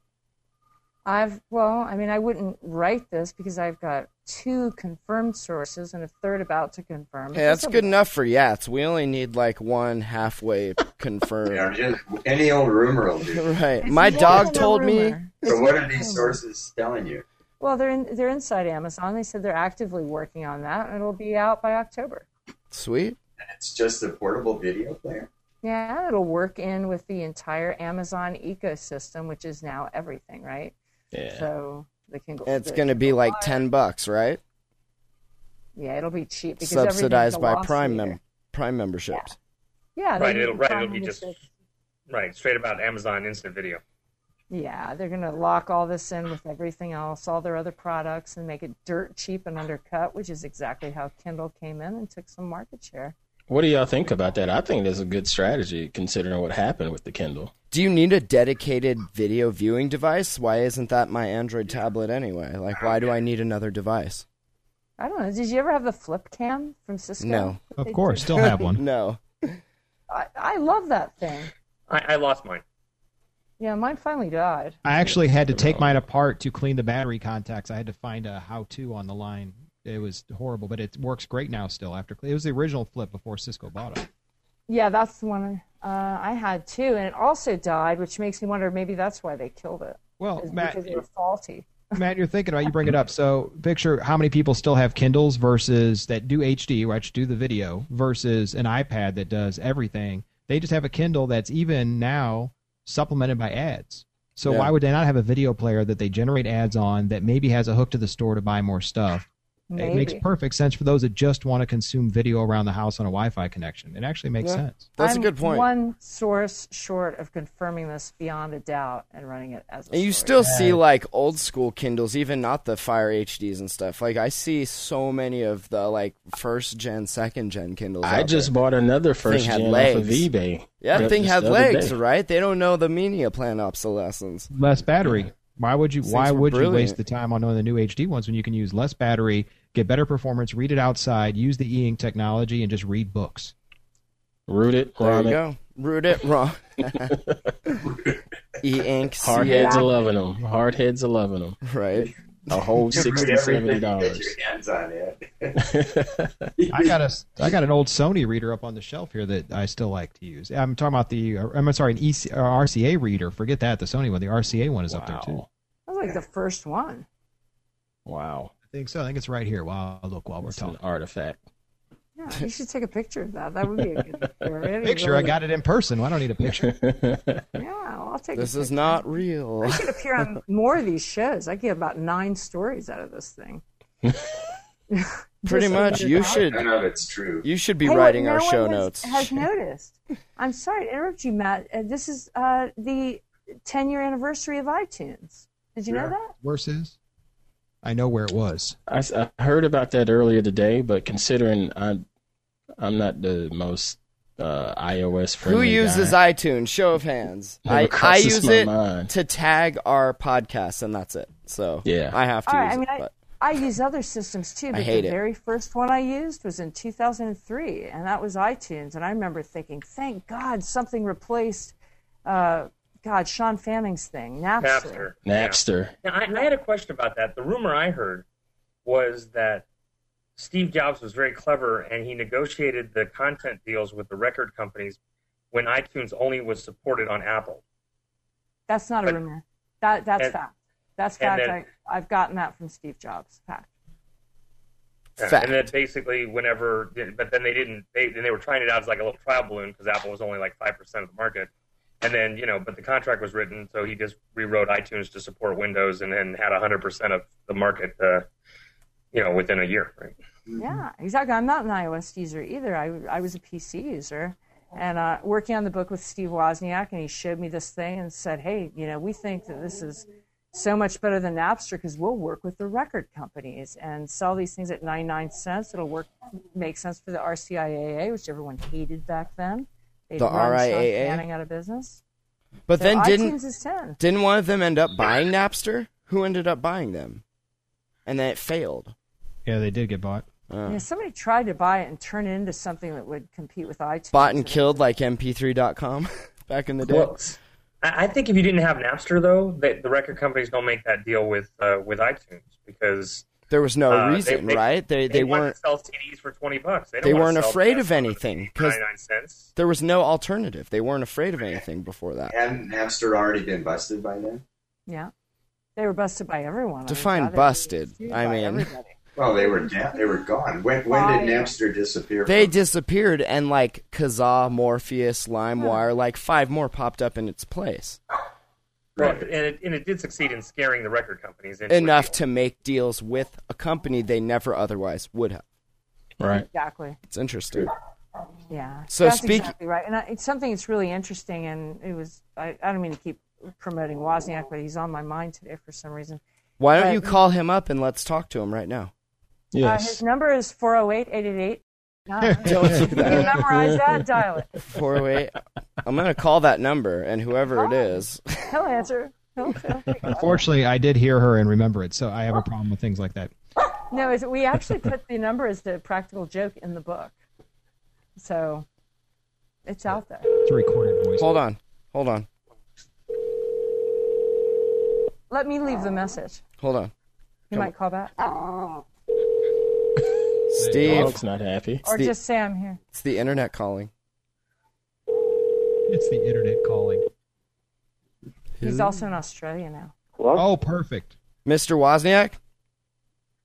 Speaker 3: I've well, I mean, I wouldn't write this because I've got two confirmed sources and a third about to confirm.
Speaker 1: Hey, that's
Speaker 3: It's a-
Speaker 1: good enough for Yats. We only need like one halfway
Speaker 5: you know,
Speaker 1: confirmed.
Speaker 5: just any old rumor will do.
Speaker 1: Right.
Speaker 3: It's
Speaker 1: My
Speaker 3: more
Speaker 1: dog
Speaker 3: than a
Speaker 1: told me.
Speaker 3: rumor.
Speaker 5: So what are these sources telling you?
Speaker 3: Well, they're in, they're inside Amazon. They said they're actively working on that, and it'll be out by October.
Speaker 1: Sweet.
Speaker 5: It's just a portable video player.
Speaker 3: Yeah, it'll work in with the entire Amazon ecosystem, which is now everything, right?
Speaker 4: Yeah.
Speaker 3: So the Kindle.
Speaker 1: It's
Speaker 3: the-
Speaker 1: going to be like 10 bucks, right?
Speaker 3: Yeah, it'll be cheap because everything's
Speaker 1: Subsidized
Speaker 3: a
Speaker 1: by
Speaker 3: loss
Speaker 1: Prime
Speaker 3: leader.
Speaker 1: mem- Prime memberships.
Speaker 3: Yeah, they
Speaker 8: Right,
Speaker 3: need
Speaker 8: it'll-
Speaker 3: to
Speaker 8: right,
Speaker 3: find
Speaker 8: it'll be
Speaker 3: the
Speaker 8: just-
Speaker 3: mistakes.
Speaker 8: Right, straight about Amazon Instant Video.
Speaker 3: Yeah, they're gonna lock all this in with everything else, all their other products, and make it dirt cheap and undercut, which is exactly how Kindle came in and took some market share.
Speaker 4: What do y'all think about that? I think that's a good strategy considering what happened with the Kindle.
Speaker 1: Do you need a dedicated video viewing device? Why isn't that my Android tablet anyway? Like, why do I need another device?
Speaker 3: I don't know. Did you ever have the flip cam from Cisco?
Speaker 1: No.
Speaker 3: That
Speaker 6: Of
Speaker 3: they
Speaker 6: course,
Speaker 3: did?
Speaker 6: still have one.
Speaker 1: No.
Speaker 3: I, I love that thing.
Speaker 8: I, I lost mine.
Speaker 3: Yeah, mine finally died.
Speaker 6: I actually had to take mine apart to clean the battery contacts. I had to find a how-to on the line. It was horrible, but it works great now. Still, after it was the original flip before Cisco bought it.
Speaker 3: Yeah, that's the one uh, I had too, and it also died, which makes me wonder maybe that's why they killed it.
Speaker 6: Well,
Speaker 3: is
Speaker 6: Oh, Matt,
Speaker 3: because they were faulty.
Speaker 6: Matt, you're thinking about you bring it up. So picture how many people still have Kindles versus that do HD, which do the video, versus an iPad that does everything. They just have a Kindle that's even now supplemented by ads. So
Speaker 1: Yeah.
Speaker 6: why would they not have a video player that they generate ads on that maybe has a hook to the store to buy more stuff? It makes
Speaker 3: Maybe.
Speaker 6: perfect sense for those that just want to consume video around the house on a Wi-Fi connection. It actually makes
Speaker 1: Yeah.
Speaker 6: sense.
Speaker 1: That's
Speaker 3: I'm
Speaker 1: a good point.
Speaker 3: One source short of confirming this beyond a doubt and running it as. A
Speaker 1: And you
Speaker 3: story.
Speaker 1: still see like old school Kindles, even not the Fire HDs and stuff. Like I see so many of the like first gen, second gen Kindles.
Speaker 4: I
Speaker 1: out
Speaker 4: just
Speaker 1: there.
Speaker 4: bought another first
Speaker 1: had
Speaker 4: gen off of
Speaker 1: legs.
Speaker 4: eBay.
Speaker 1: yeah, that
Speaker 4: just
Speaker 1: thing
Speaker 4: the
Speaker 1: had
Speaker 4: other
Speaker 1: legs,
Speaker 4: day.
Speaker 1: right? They don't know the meaning of plan obsolescence.
Speaker 6: less battery. Why would you?
Speaker 1: These
Speaker 6: Why
Speaker 1: things were
Speaker 6: would you
Speaker 1: brilliant.
Speaker 6: waste the time on knowing the new HD ones when you can use less battery, get better performance, read it outside, use the e-ink technology, and just read books?
Speaker 4: Root it,
Speaker 1: There
Speaker 4: rhyme
Speaker 1: you
Speaker 4: it.
Speaker 1: go. Root it wrong. e ink,
Speaker 4: Hard heads
Speaker 1: C
Speaker 4: are loving them. Hard heads are loving them.
Speaker 1: right?
Speaker 4: A whole sixty, seventy
Speaker 5: Get
Speaker 4: dollars.
Speaker 5: your hands on it.
Speaker 6: I got a I got an old Sony reader up on the shelf here that I still like to use. I'm talking about the I'm sorry an EC, uh, RCA reader. Forget that the Sony one. The RCA one is up there too.
Speaker 4: Wow.
Speaker 3: That was like the first one.
Speaker 4: Wow.
Speaker 6: I think so. I think it's right here. Wow, look while we're
Speaker 4: It's an
Speaker 6: talking.
Speaker 4: artifact.
Speaker 3: Yeah, you should take a picture of that. That would be a good picture. It'd be
Speaker 6: Picture. I
Speaker 3: really-
Speaker 6: got it in person. I don't need a picture.
Speaker 3: Yeah, well, I'll take.
Speaker 1: This
Speaker 3: a
Speaker 1: is
Speaker 3: picture.
Speaker 1: not real.
Speaker 3: I should appear on more of these shows. I get about nine stories out of this thing.
Speaker 1: Pretty
Speaker 3: Just
Speaker 1: much.
Speaker 3: under
Speaker 1: You
Speaker 3: that.
Speaker 5: I
Speaker 1: should
Speaker 5: don't know if it's true.
Speaker 1: you should be
Speaker 3: Hey, what
Speaker 1: writing our
Speaker 3: no
Speaker 1: show
Speaker 3: one has-
Speaker 1: notes.
Speaker 3: Has noticed. I'm sorry to interrupt you, Matt. Uh, this is uh, the 10 year anniversary of iTunes. Did you know
Speaker 5: Yeah.
Speaker 3: that?
Speaker 6: Worse is, I know where it was.
Speaker 4: I, s- I heard about that earlier today, but considering I'm I'm not the most uh, iOS
Speaker 1: Who
Speaker 4: friendly.
Speaker 1: uses
Speaker 4: guy,
Speaker 1: iTunes? Show of hands.
Speaker 4: Never
Speaker 1: I, I
Speaker 4: crosses
Speaker 1: use
Speaker 4: my
Speaker 1: it
Speaker 4: mind.
Speaker 1: to tag our podcast, and that's it. So
Speaker 4: Yeah.
Speaker 1: I have to
Speaker 3: All right,
Speaker 1: use
Speaker 3: I
Speaker 1: it.
Speaker 3: mean, I,
Speaker 1: but-
Speaker 3: I use other systems too, but
Speaker 1: hate
Speaker 3: the
Speaker 1: it.
Speaker 3: very first one I used was in 2003, and that was iTunes. And I remember thinking, thank God something replaced, uh, God, Sean Fanning's thing,
Speaker 8: Napster.
Speaker 4: Napster?
Speaker 8: Now, I, I had a question about that. The rumor I heard was that Steve Jobs was very clever and he negotiated the content deals with the record companies when iTunes only was supported on Apple.
Speaker 3: That's not a rumor. That that's
Speaker 8: And-
Speaker 3: fact. That's
Speaker 8: and
Speaker 3: fact.
Speaker 8: then-
Speaker 3: I, I've gotten that from Steve Jobs. Fact.
Speaker 8: Yeah,
Speaker 1: Fact.
Speaker 8: And then basically, whenever, but then they didn't. They and they were trying it out as like a little trial balloon because Apple was only like five percent of the market. And then you know, but the contract was written, so he just rewrote iTunes to support Windows, and then had hundred percent of the market. Uh, you know, within a year, right?
Speaker 3: Yeah,
Speaker 1: Mm-hmm.
Speaker 3: exactly. I'm not an iOS user either. I I was a PC user, and uh, working on the book with Steve Wozniak, and he showed me this thing and said, "Hey, you know, we think that this is." So much better than Napster because we'll work with the record companies and sell these things at 99 cents. It'll work, make sense for the RCIAA, which everyone hated back then. They'd
Speaker 1: The
Speaker 3: run Sean
Speaker 1: RIAA?
Speaker 3: Fanning out of business.
Speaker 1: but
Speaker 3: So
Speaker 1: then didn't
Speaker 3: iTunes is 10.
Speaker 1: didn't one of them end up buying Napster? Who ended up buying them? And then it failed.
Speaker 6: Yeah, they did get bought.
Speaker 1: Uh,
Speaker 3: Yeah, somebody tried to buy it and turn it into something that would compete with iTunes.
Speaker 1: Bought and killed like MP3.com back in the day.
Speaker 8: Well, I I think if you didn't have Napster, though, that the record companies don't make that deal with uh, with iTunes because
Speaker 1: there was no
Speaker 8: uh, they-
Speaker 1: reason,
Speaker 8: they-
Speaker 1: right? They they,
Speaker 8: wanted
Speaker 1: weren't.
Speaker 8: to sell CDs for twenty bucks. They, don't
Speaker 1: They
Speaker 8: wanna
Speaker 1: weren't
Speaker 8: sell
Speaker 1: afraid
Speaker 8: that
Speaker 1: of
Speaker 8: for
Speaker 1: anything, 'cause-
Speaker 8: 99 cents.
Speaker 1: There was no alternative. They weren't afraid of anything before that.
Speaker 5: Hadn't Napster already been busted by then?
Speaker 3: Yeah. They were busted by everyone. I mean,
Speaker 1: Define
Speaker 3: God, they were
Speaker 1: busted.
Speaker 3: sued
Speaker 1: I
Speaker 3: by
Speaker 1: mean-
Speaker 3: everybody.
Speaker 5: Well, they were down, they were gone. When when did
Speaker 3: Fire.
Speaker 5: Napster disappear?
Speaker 1: They
Speaker 5: from-
Speaker 1: disappeared, and like Kazaa, Morpheus, LimeWire, like five more popped up in its place.
Speaker 8: Well, and it, and it did succeed in scaring the record companies into
Speaker 1: enough
Speaker 8: it.
Speaker 1: to make deals with a company they never otherwise would have.
Speaker 4: Right.
Speaker 3: Exactly.
Speaker 1: It's interesting.
Speaker 3: Yeah.
Speaker 1: So
Speaker 3: that's
Speaker 1: speak-
Speaker 3: exactly right. And I, it's something that's really interesting. And it was, I, I don't mean to keep promoting Wozniak, but he's on my mind today for some reason.
Speaker 1: Why don't
Speaker 3: Right.
Speaker 1: you call him up and let's talk to him right now?
Speaker 3: Uh, his
Speaker 4: Yes.
Speaker 3: number is 408 888 God.
Speaker 1: Don't do
Speaker 3: You
Speaker 1: that.
Speaker 3: memorize that, dial it.
Speaker 1: Four way. I'm gonna call that number, and whoever it is,
Speaker 3: He'll answer. He'll, he'll figure it out.
Speaker 6: Unfortunately, I did hear her and remember it, so I have a problem with things like that.
Speaker 3: No, is we actually put the number as the practical joke in the book, so it's out there.
Speaker 6: It's a recorded voice.
Speaker 1: hold on, hold on,
Speaker 3: Let me leave the message.
Speaker 1: hold on.
Speaker 3: He might call back,
Speaker 1: Steve,
Speaker 4: Dog's not happy.
Speaker 3: or
Speaker 1: the-
Speaker 3: just say I'm here.
Speaker 1: it's the internet calling.
Speaker 6: It's the internet calling.
Speaker 3: He's also in Australia now.
Speaker 2: Hello?
Speaker 6: Oh, perfect.
Speaker 1: Mr. Wozniak.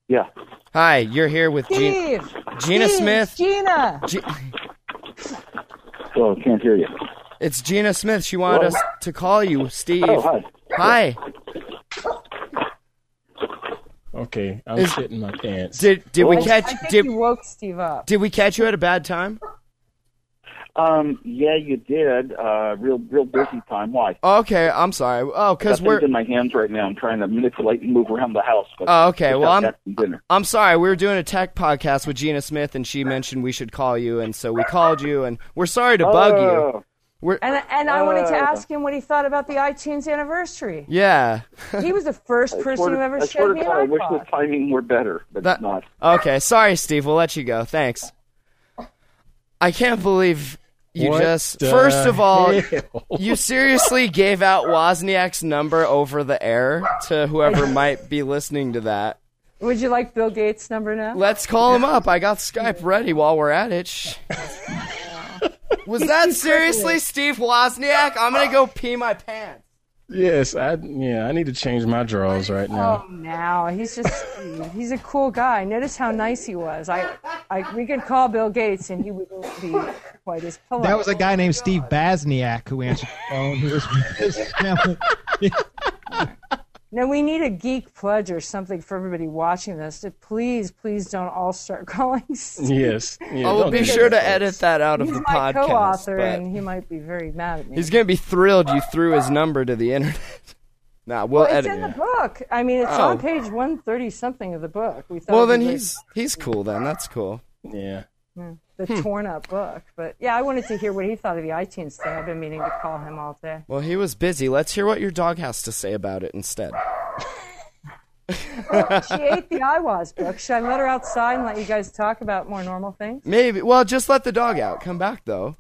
Speaker 2: Yeah.
Speaker 1: Hi, you're here with Gina,
Speaker 3: Steve,
Speaker 1: Gina
Speaker 3: Steve,
Speaker 1: Smith.
Speaker 3: Gina,
Speaker 1: G-
Speaker 2: Well, Oh, can't hear you.
Speaker 1: it's Gina Smith. She wanted us to call you, Steve.
Speaker 2: Oh, hi.
Speaker 1: Hi.
Speaker 4: Okay, I'm
Speaker 1: Is-
Speaker 4: shitting my pants.
Speaker 1: Did did we
Speaker 2: Well,
Speaker 3: I
Speaker 1: catch
Speaker 3: think
Speaker 1: did
Speaker 3: you woke Steve up.
Speaker 1: did we catch you at a bad time?
Speaker 2: Um, yeah, you did. Uh, real, real busy time. Why?
Speaker 1: Okay, I'm sorry. Oh, because
Speaker 2: Nothing's
Speaker 1: we're
Speaker 2: in my hands right now. I'm trying to manipulate and move around the house. But
Speaker 1: Oh, okay.
Speaker 2: just
Speaker 1: Well,
Speaker 2: out
Speaker 1: I'm-
Speaker 2: back from dinner.
Speaker 1: I'm sorry. We were doing a tech podcast with Gina Smith, and she mentioned we should call you, and so we called you, and we're sorry to bug you.
Speaker 2: Oh,
Speaker 1: We're
Speaker 3: And and I wanted to ask him what he thought about the iTunes anniversary.
Speaker 1: yeah.
Speaker 3: He was the first
Speaker 2: I
Speaker 3: person
Speaker 2: swear
Speaker 3: who
Speaker 2: to-
Speaker 3: ever
Speaker 2: I swear
Speaker 3: showed
Speaker 2: to
Speaker 3: me an
Speaker 2: God, I wish the
Speaker 3: iPod.
Speaker 2: timing were better, but
Speaker 1: That-
Speaker 2: it's not.
Speaker 1: okay. Sorry, Steve. We'll let you go. Thanks. I can't believe you
Speaker 4: What
Speaker 1: just.
Speaker 4: the
Speaker 1: First of all,
Speaker 4: hell?
Speaker 1: you seriously gave out Wozniak's number over the air to whoever might be listening to that.
Speaker 3: Would you like Bill Gates' number now?
Speaker 1: Let's call him up. I got Skype ready while we're at it. Shh. Was that seriously Steve Wozniak? I'm gonna go pee my pants.
Speaker 4: yes, I yeah, I need to change my drawers right now.
Speaker 3: Oh, now he's just—he's a cool guy. Notice how nice he was. I, I, we could call Bill Gates, and he would be quite as polite.
Speaker 6: That was a guy named Steve Bazniak who answered the phone. He was
Speaker 3: Now we need a geek pledge or something for everybody watching this. To please, please don't all start calling. Steve.
Speaker 4: Yes, yeah,
Speaker 1: I will
Speaker 4: don't
Speaker 1: Oh, be
Speaker 4: do
Speaker 1: sure to
Speaker 4: that.
Speaker 1: edit that out of
Speaker 3: He's
Speaker 1: the
Speaker 3: my
Speaker 1: podcast.
Speaker 3: co-author,
Speaker 1: but
Speaker 3: and he might be very mad at me.
Speaker 1: he's gonna be thrilled you threw his number to the internet. nah, we'll
Speaker 3: it's
Speaker 1: edit
Speaker 3: in the
Speaker 1: it.
Speaker 3: book. I mean, it's
Speaker 1: Oh.
Speaker 3: on page one thirty something of the book. We thought
Speaker 1: Well, then
Speaker 3: it'd be
Speaker 1: he's he's cool. Then that's cool.
Speaker 4: Yeah.
Speaker 3: the,
Speaker 1: hmm.
Speaker 3: the torn up book. But yeah, I wanted to hear what he thought of the iTunes thing. I've been meaning to call him all day.
Speaker 1: Well, he was busy. Let's hear what your dog has to say about it instead.
Speaker 3: She ate the IWAS book. Should I let her outside and let you guys talk about more normal things?
Speaker 1: Maybe. Well, just let the dog out. Come back though,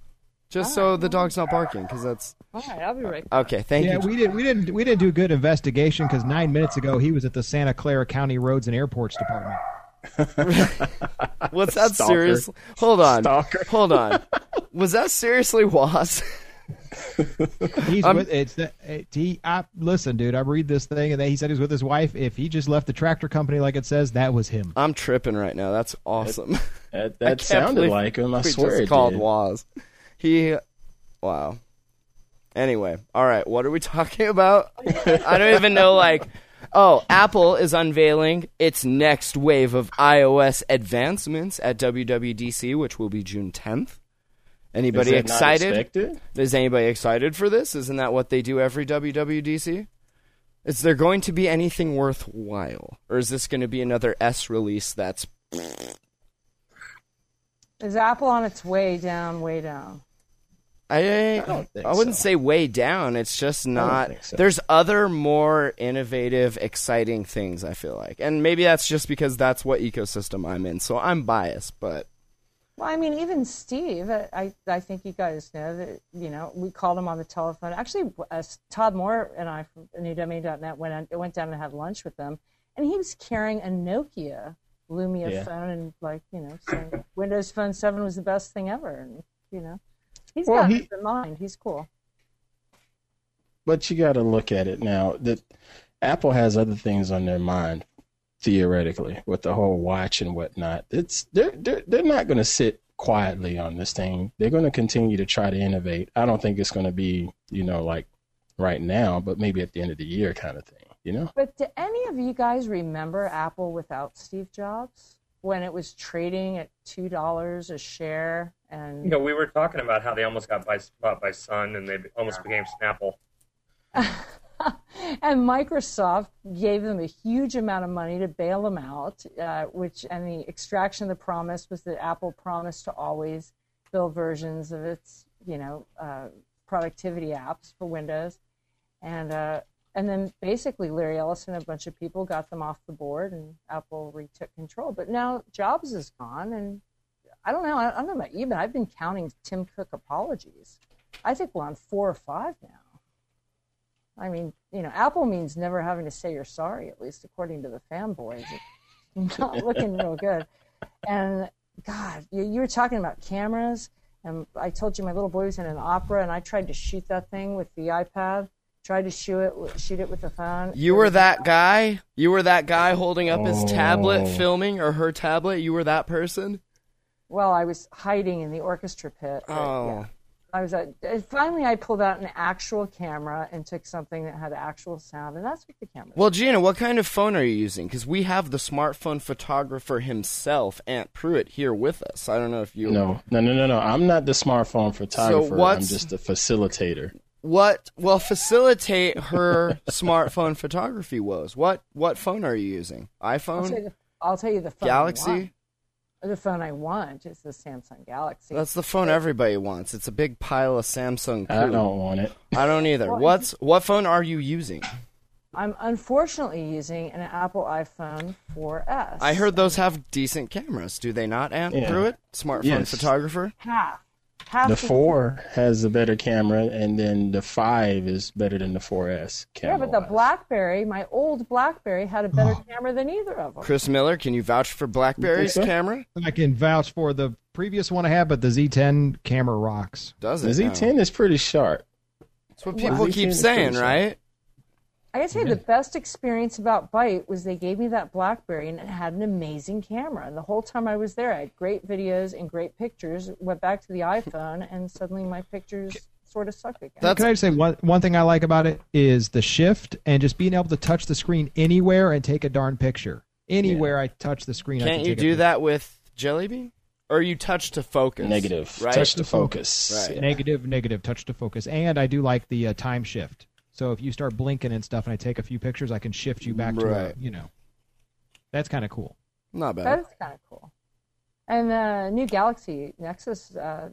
Speaker 1: just so the dog's not barking. Because that's
Speaker 3: All right, I'll be right. back.
Speaker 1: okay. Thank
Speaker 6: yeah,
Speaker 1: you.
Speaker 6: we didn't we didn't we didn't do a good investigation because nine minutes ago he was at the Santa Clara County Roads and Airports Department.
Speaker 1: Was that
Speaker 4: Stalker.
Speaker 1: seriously? Hold on.
Speaker 4: Stalker.
Speaker 1: Hold on. Was that seriously Was?
Speaker 6: He's with it's the, it, he. I listen, dude. I read this thing and then he said he was with his wife. If he just left the tractor company like it says, that was him.
Speaker 1: I'm tripping right now. That's awesome.
Speaker 4: That,
Speaker 1: I
Speaker 4: that
Speaker 1: can't
Speaker 4: sounded
Speaker 1: believe
Speaker 4: like him. I
Speaker 1: we
Speaker 4: swear
Speaker 1: just
Speaker 4: it
Speaker 1: called
Speaker 4: did.
Speaker 1: Waz. He, wow. Anyway, all right. What are we talking about? I don't even know. Like, oh, Apple is unveiling its next wave of iOS advancements at WWDC, which will be June 10th.
Speaker 4: Is
Speaker 1: Anybody
Speaker 4: that not
Speaker 1: excited?
Speaker 4: expected?
Speaker 1: Is anybody excited for this? Isn't that what they do every WWDC? Is there going to be anything worthwhile, or is this going to be another S release that's
Speaker 3: Is Apple on its way down, way down?
Speaker 1: I I,
Speaker 4: don't think
Speaker 1: wouldn't
Speaker 4: so.
Speaker 1: say way down. It's just not.
Speaker 4: think so.
Speaker 1: There's other more innovative, exciting things. I feel like, and maybe that's just because that's what ecosystem I'm in. So I'm biased, but
Speaker 3: Well, I mean, even Steve, I, I- I think you guys know that, you know, we called him on the telephone. Actually, uh, Todd Moore and I from E NewDomain.net went, on, went down and had lunch with them, and he was carrying a Nokia Lumia
Speaker 4: Yeah.
Speaker 3: phone and, like, you know, saying Windows Phone 7 was the best thing ever. And, you know, he's
Speaker 4: Well,
Speaker 3: got
Speaker 4: he-
Speaker 3: it in mind. He's cool.
Speaker 4: But you got to look at it now. That Apple has other things on their mind, theoretically, with the whole watch and whatnot. It's they're they're, they're not going to sit quietly on this thing. They're going to continue to try to innovate. I don't think it's going to be you know like right now, but maybe at the end of the year kind of thing. You know?
Speaker 3: But do any of you guys remember Apple without Steve Jobs when it was trading at $2 a share? And
Speaker 8: You know, we were talking about how they almost got by, bought by Sun and they almost became Snapple.
Speaker 3: and Microsoft gave them a huge amount of money to bail them out, uh, which and the extraction of the promise was that Apple promised to always build versions of its you know uh, productivity apps for Windows, and uh, and then basically Larry Ellison and a bunch of people got them off the board, and Apple retook control. But now Jobs is gone, and I don't know. I, I don't know about you, but I've been counting Tim Cook apologies. I think we're on four or five now. I mean, you know, Apple means never having to say you're sorry, at least according to the fanboys. It's not looking real good. And God, you, you were talking about cameras, and I told you my little boy was in an opera, and I tried to shoot that thing with the iPad. Tried to shoot it, with- shoot it with the phone.
Speaker 1: You were that guy? You were that guy holding up his tablet
Speaker 4: Oh.
Speaker 1: filming or her tablet? You were that person?
Speaker 3: Well, I was hiding in the orchestra pit. but,
Speaker 1: Oh.
Speaker 3: yeah. I was at, and finally I pulled out an actual camera and took something that had actual sound, and that's what the camera.
Speaker 1: Well, Gina, what kind of phone are you using? Because we have the smartphone photographer himself, Ant Pruitt, here with us. I don't know if you.
Speaker 4: No, no, no, no, no. I'm not the smartphone photographer. I'm
Speaker 1: what's-
Speaker 4: just a facilitator.
Speaker 1: What? Well, facilitate her smartphone photography woes. What? What phone are you using?
Speaker 3: I'll tell
Speaker 1: iPhone,
Speaker 3: you the, I'll tell you the phone I want.
Speaker 1: Galaxy.
Speaker 3: The phone I want is the Samsung Galaxy.
Speaker 1: That's the phone everybody wants. It's a big pile of Samsung.
Speaker 4: I
Speaker 1: poo.
Speaker 4: don't want it.
Speaker 1: I don't either. What's what phone are you using?
Speaker 3: I'm unfortunately using an Apple iPhone 4S.
Speaker 1: I heard those have decent cameras. Do they not, Ant
Speaker 4: Yeah.
Speaker 1: Pruitt, smartphone
Speaker 4: Yes.
Speaker 1: photographer?
Speaker 3: half. Half
Speaker 4: The
Speaker 3: the-
Speaker 4: four has a better camera, and then the five is better than the 4S
Speaker 3: Yeah,
Speaker 4: camera.
Speaker 3: but the BlackBerry, my old BlackBerry, had a
Speaker 4: Oh.
Speaker 3: better camera than either of them.
Speaker 1: Chris Miller, can you vouch for BlackBerry's
Speaker 4: so?
Speaker 1: camera?
Speaker 6: I can vouch for the previous one I had, but the Z10 camera rocks.
Speaker 1: Does
Speaker 4: The
Speaker 1: it? now?
Speaker 4: Z10 is pretty sharp.
Speaker 1: That's what people
Speaker 4: Z10
Speaker 1: keep
Speaker 4: is
Speaker 1: saying,
Speaker 4: pretty sharp.
Speaker 1: right?
Speaker 3: I gotta say,
Speaker 1: Mm-hmm.
Speaker 3: the best experience about Byte was they gave me that BlackBerry and it had an amazing camera. And the whole time I was there, I had great videos and great pictures. Went back to the iPhone, and suddenly my pictures sort of suck again.
Speaker 1: That's-
Speaker 6: Can I just say one one thing I like about it is the shift and just being able to touch the screen anywhere and take a darn picture. Anywhere I touch the screen, I
Speaker 1: Can't
Speaker 6: can
Speaker 1: you
Speaker 6: take a
Speaker 1: do
Speaker 6: picture.
Speaker 1: that with Jelly Bean? Or you touch to focus?
Speaker 4: Negative.
Speaker 1: Right?
Speaker 4: Touch the focus.
Speaker 1: Right.
Speaker 4: Yeah.
Speaker 6: Negative, negative, touch to focus. And I do like the uh, time shift. So if you start blinking and stuff, and I take a few pictures, I can shift you back to a,
Speaker 1: Right.
Speaker 6: you know. That's kind of cool.
Speaker 1: Not bad.
Speaker 3: That's kind of cool. And the new Galaxy Nexus uh,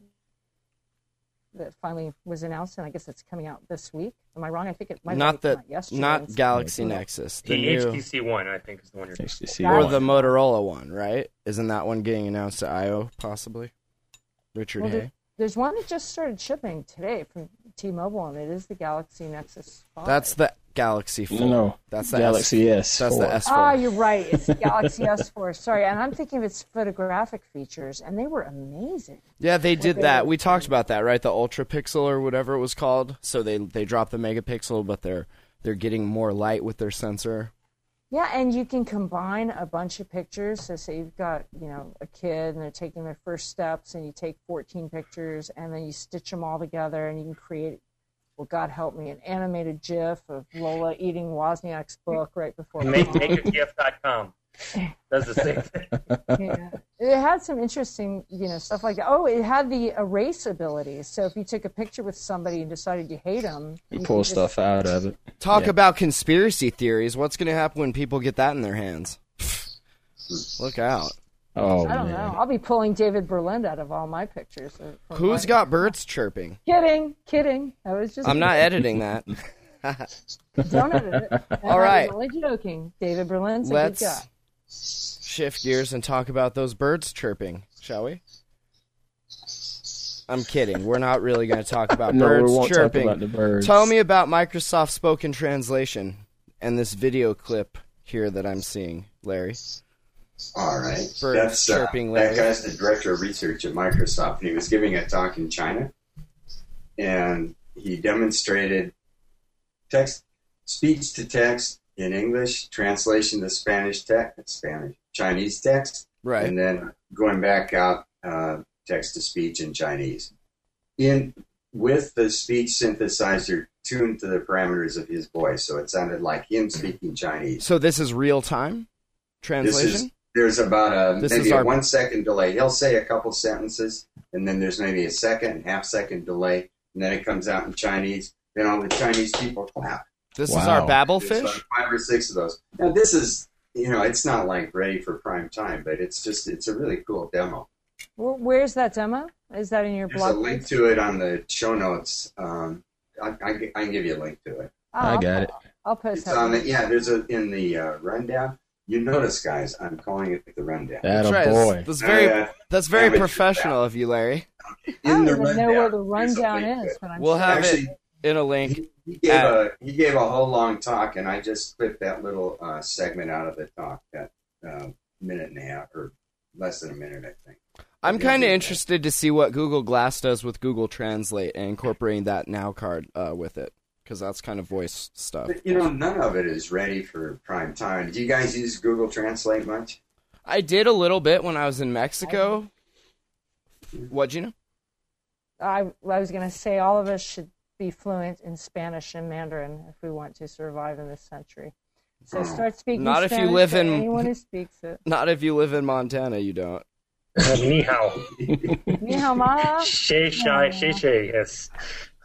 Speaker 3: that finally was announced, and I guess it's coming out this week. Am I wrong? I think it might
Speaker 1: Not
Speaker 3: have come
Speaker 1: the
Speaker 3: out yesterday.
Speaker 1: not Galaxy
Speaker 4: Yeah.
Speaker 1: Nexus. The
Speaker 4: E
Speaker 8: The
Speaker 1: new
Speaker 8: HTC One, I think, is the one you're.
Speaker 4: HTC
Speaker 1: or
Speaker 4: One.
Speaker 1: the Motorola one, right? Isn't that one getting announced at IO possibly? Richard
Speaker 3: Well,
Speaker 1: Hay.
Speaker 3: there- there's one that just started shipping today from T-Mobile, and it is the Galaxy Nexus 5.
Speaker 1: That's the Galaxy Four.
Speaker 4: No, no.
Speaker 1: That's the
Speaker 4: Galaxy
Speaker 1: S.
Speaker 4: S4.
Speaker 1: That's the S
Speaker 3: Ah,
Speaker 1: Four.
Speaker 3: you're right. It's Galaxy S4. Sorry, and I'm thinking of its photographic features, and they were amazing.
Speaker 1: yeah, they did that. We talked about that, right? The Ultra Pixel or whatever it was called. So they they dropped the megapixel, but they're they're getting more light with their sensor.
Speaker 3: Yeah, and you can combine a bunch of pictures. So, say you've got you know a kid and they're taking their first steps, and you take 14 pictures, and then you stitch them all together, and you can create, well, God help me, an animated GIF of Lola eating Wozniak's book right before.
Speaker 8: Make,
Speaker 3: prom.
Speaker 8: makeagif.com does the same thing.
Speaker 3: yeah. It had some interesting, you know, stuff like that. Oh, it had the erase ability. So if you took a picture with somebody and decided you hate them,
Speaker 4: You pull stuff out of it.
Speaker 1: Talk
Speaker 4: Yeah.
Speaker 1: about conspiracy theories. What's going to happen when people get that in their hands? Look out.
Speaker 4: Oh,
Speaker 3: I don't
Speaker 4: man.
Speaker 3: know. I'll be pulling David Berlin out of all my pictures. from
Speaker 1: Who's
Speaker 3: my-
Speaker 1: got birds chirping?
Speaker 3: Kidding, kidding. I was just.
Speaker 1: I'm not editing that.
Speaker 3: Don't edit it. And
Speaker 1: All
Speaker 3: I was
Speaker 1: right.
Speaker 3: Only joking. David Berlin's a
Speaker 1: Let's
Speaker 3: good guy.
Speaker 1: shift gears and talk about those birds chirping, shall we? I'm kidding. We're not really going to talk about
Speaker 4: No, we
Speaker 1: birds
Speaker 4: won't talk
Speaker 1: chirping.
Speaker 4: about the birds.
Speaker 1: Tell me about Microsoft Spoken Translation and this video clip here that I'm seeing, Larry.
Speaker 5: All right.
Speaker 1: Bird
Speaker 5: That's uh,
Speaker 1: chirping
Speaker 5: that
Speaker 1: loud.
Speaker 5: guy's the director of research at Microsoft, and he was giving a talk in China, and he demonstrated text, speech to text in English, translation to Spanish text, Spanish Chinese text,
Speaker 1: Right.
Speaker 5: and then going back out uh, text to speech in Chinese, in with the speech synthesizer tuned to the parameters of his voice, so it sounded like him
Speaker 1: Mm-hmm.
Speaker 5: speaking Chinese.
Speaker 1: So this is real time
Speaker 5: This
Speaker 1: translation?
Speaker 5: is there's about a
Speaker 1: This is
Speaker 5: maybe a
Speaker 1: our-
Speaker 5: one second delay. He'll say a couple sentences, and then there's maybe a second and half second delay, and then it comes out in Chinese. Then all the Chinese people clap.
Speaker 1: This is our
Speaker 4: Wow.
Speaker 1: babble
Speaker 5: There's
Speaker 1: fish.
Speaker 5: like five or six of those. Now this is, you know, it's not like ready for prime time, but it's just it's a really cool demo.
Speaker 3: Where, where's that demo? Is that in your
Speaker 5: There's a
Speaker 3: blog?
Speaker 5: link
Speaker 3: post?
Speaker 5: to it on the show notes. Um, I, I, can- I can give you a link to it.
Speaker 3: Oh,
Speaker 4: I
Speaker 3: I'll-
Speaker 4: got it.
Speaker 3: I'll post
Speaker 5: It's
Speaker 3: that.
Speaker 5: on
Speaker 3: one.
Speaker 5: the yeah. There's a in the uh, rundown. You notice, guys, I'm calling it the rundown.
Speaker 4: That
Speaker 1: That's
Speaker 4: a
Speaker 1: right.
Speaker 4: boy.
Speaker 1: That's, that's
Speaker 5: Oh,
Speaker 1: very
Speaker 5: yeah.
Speaker 1: that's very
Speaker 5: Amateur
Speaker 1: professional of you, Larry.
Speaker 3: Oh, I don't
Speaker 5: the
Speaker 3: even know where the
Speaker 5: there's a
Speaker 3: rundown
Speaker 5: link to
Speaker 3: is,
Speaker 5: it.
Speaker 3: but I'm
Speaker 1: We'll
Speaker 3: sure.
Speaker 1: have
Speaker 5: Actually,
Speaker 1: it in a link.
Speaker 5: He, he gave
Speaker 1: at-
Speaker 5: a he gave a whole long talk, and I just clipped that little uh, segment out of the talk, that uh, minute and a half or less than a minute, I think.
Speaker 1: I'm
Speaker 5: Yeah,
Speaker 1: kind of
Speaker 5: yeah.
Speaker 1: interested to see what Google Glass does with Google Translate and incorporating that now card uh, with it because that's kind of voice stuff.
Speaker 5: But, you know, none of it is ready for prime time. Do you guys use Google Translate much?
Speaker 1: I did a little bit when I was in Mexico. What, Gina?
Speaker 3: I, I was going to say all of us should be fluent in Spanish and Mandarin if we want to survive in this century. So
Speaker 5: Hmm.
Speaker 3: start speaking.
Speaker 1: Not if you
Speaker 3: Spanish
Speaker 1: live
Speaker 3: to
Speaker 1: in-
Speaker 3: anyone who speaks it.
Speaker 1: Not if you live in Montana, you don't.
Speaker 8: Ni hao.
Speaker 3: Ni hao ma,
Speaker 8: She, she, she, she, yes.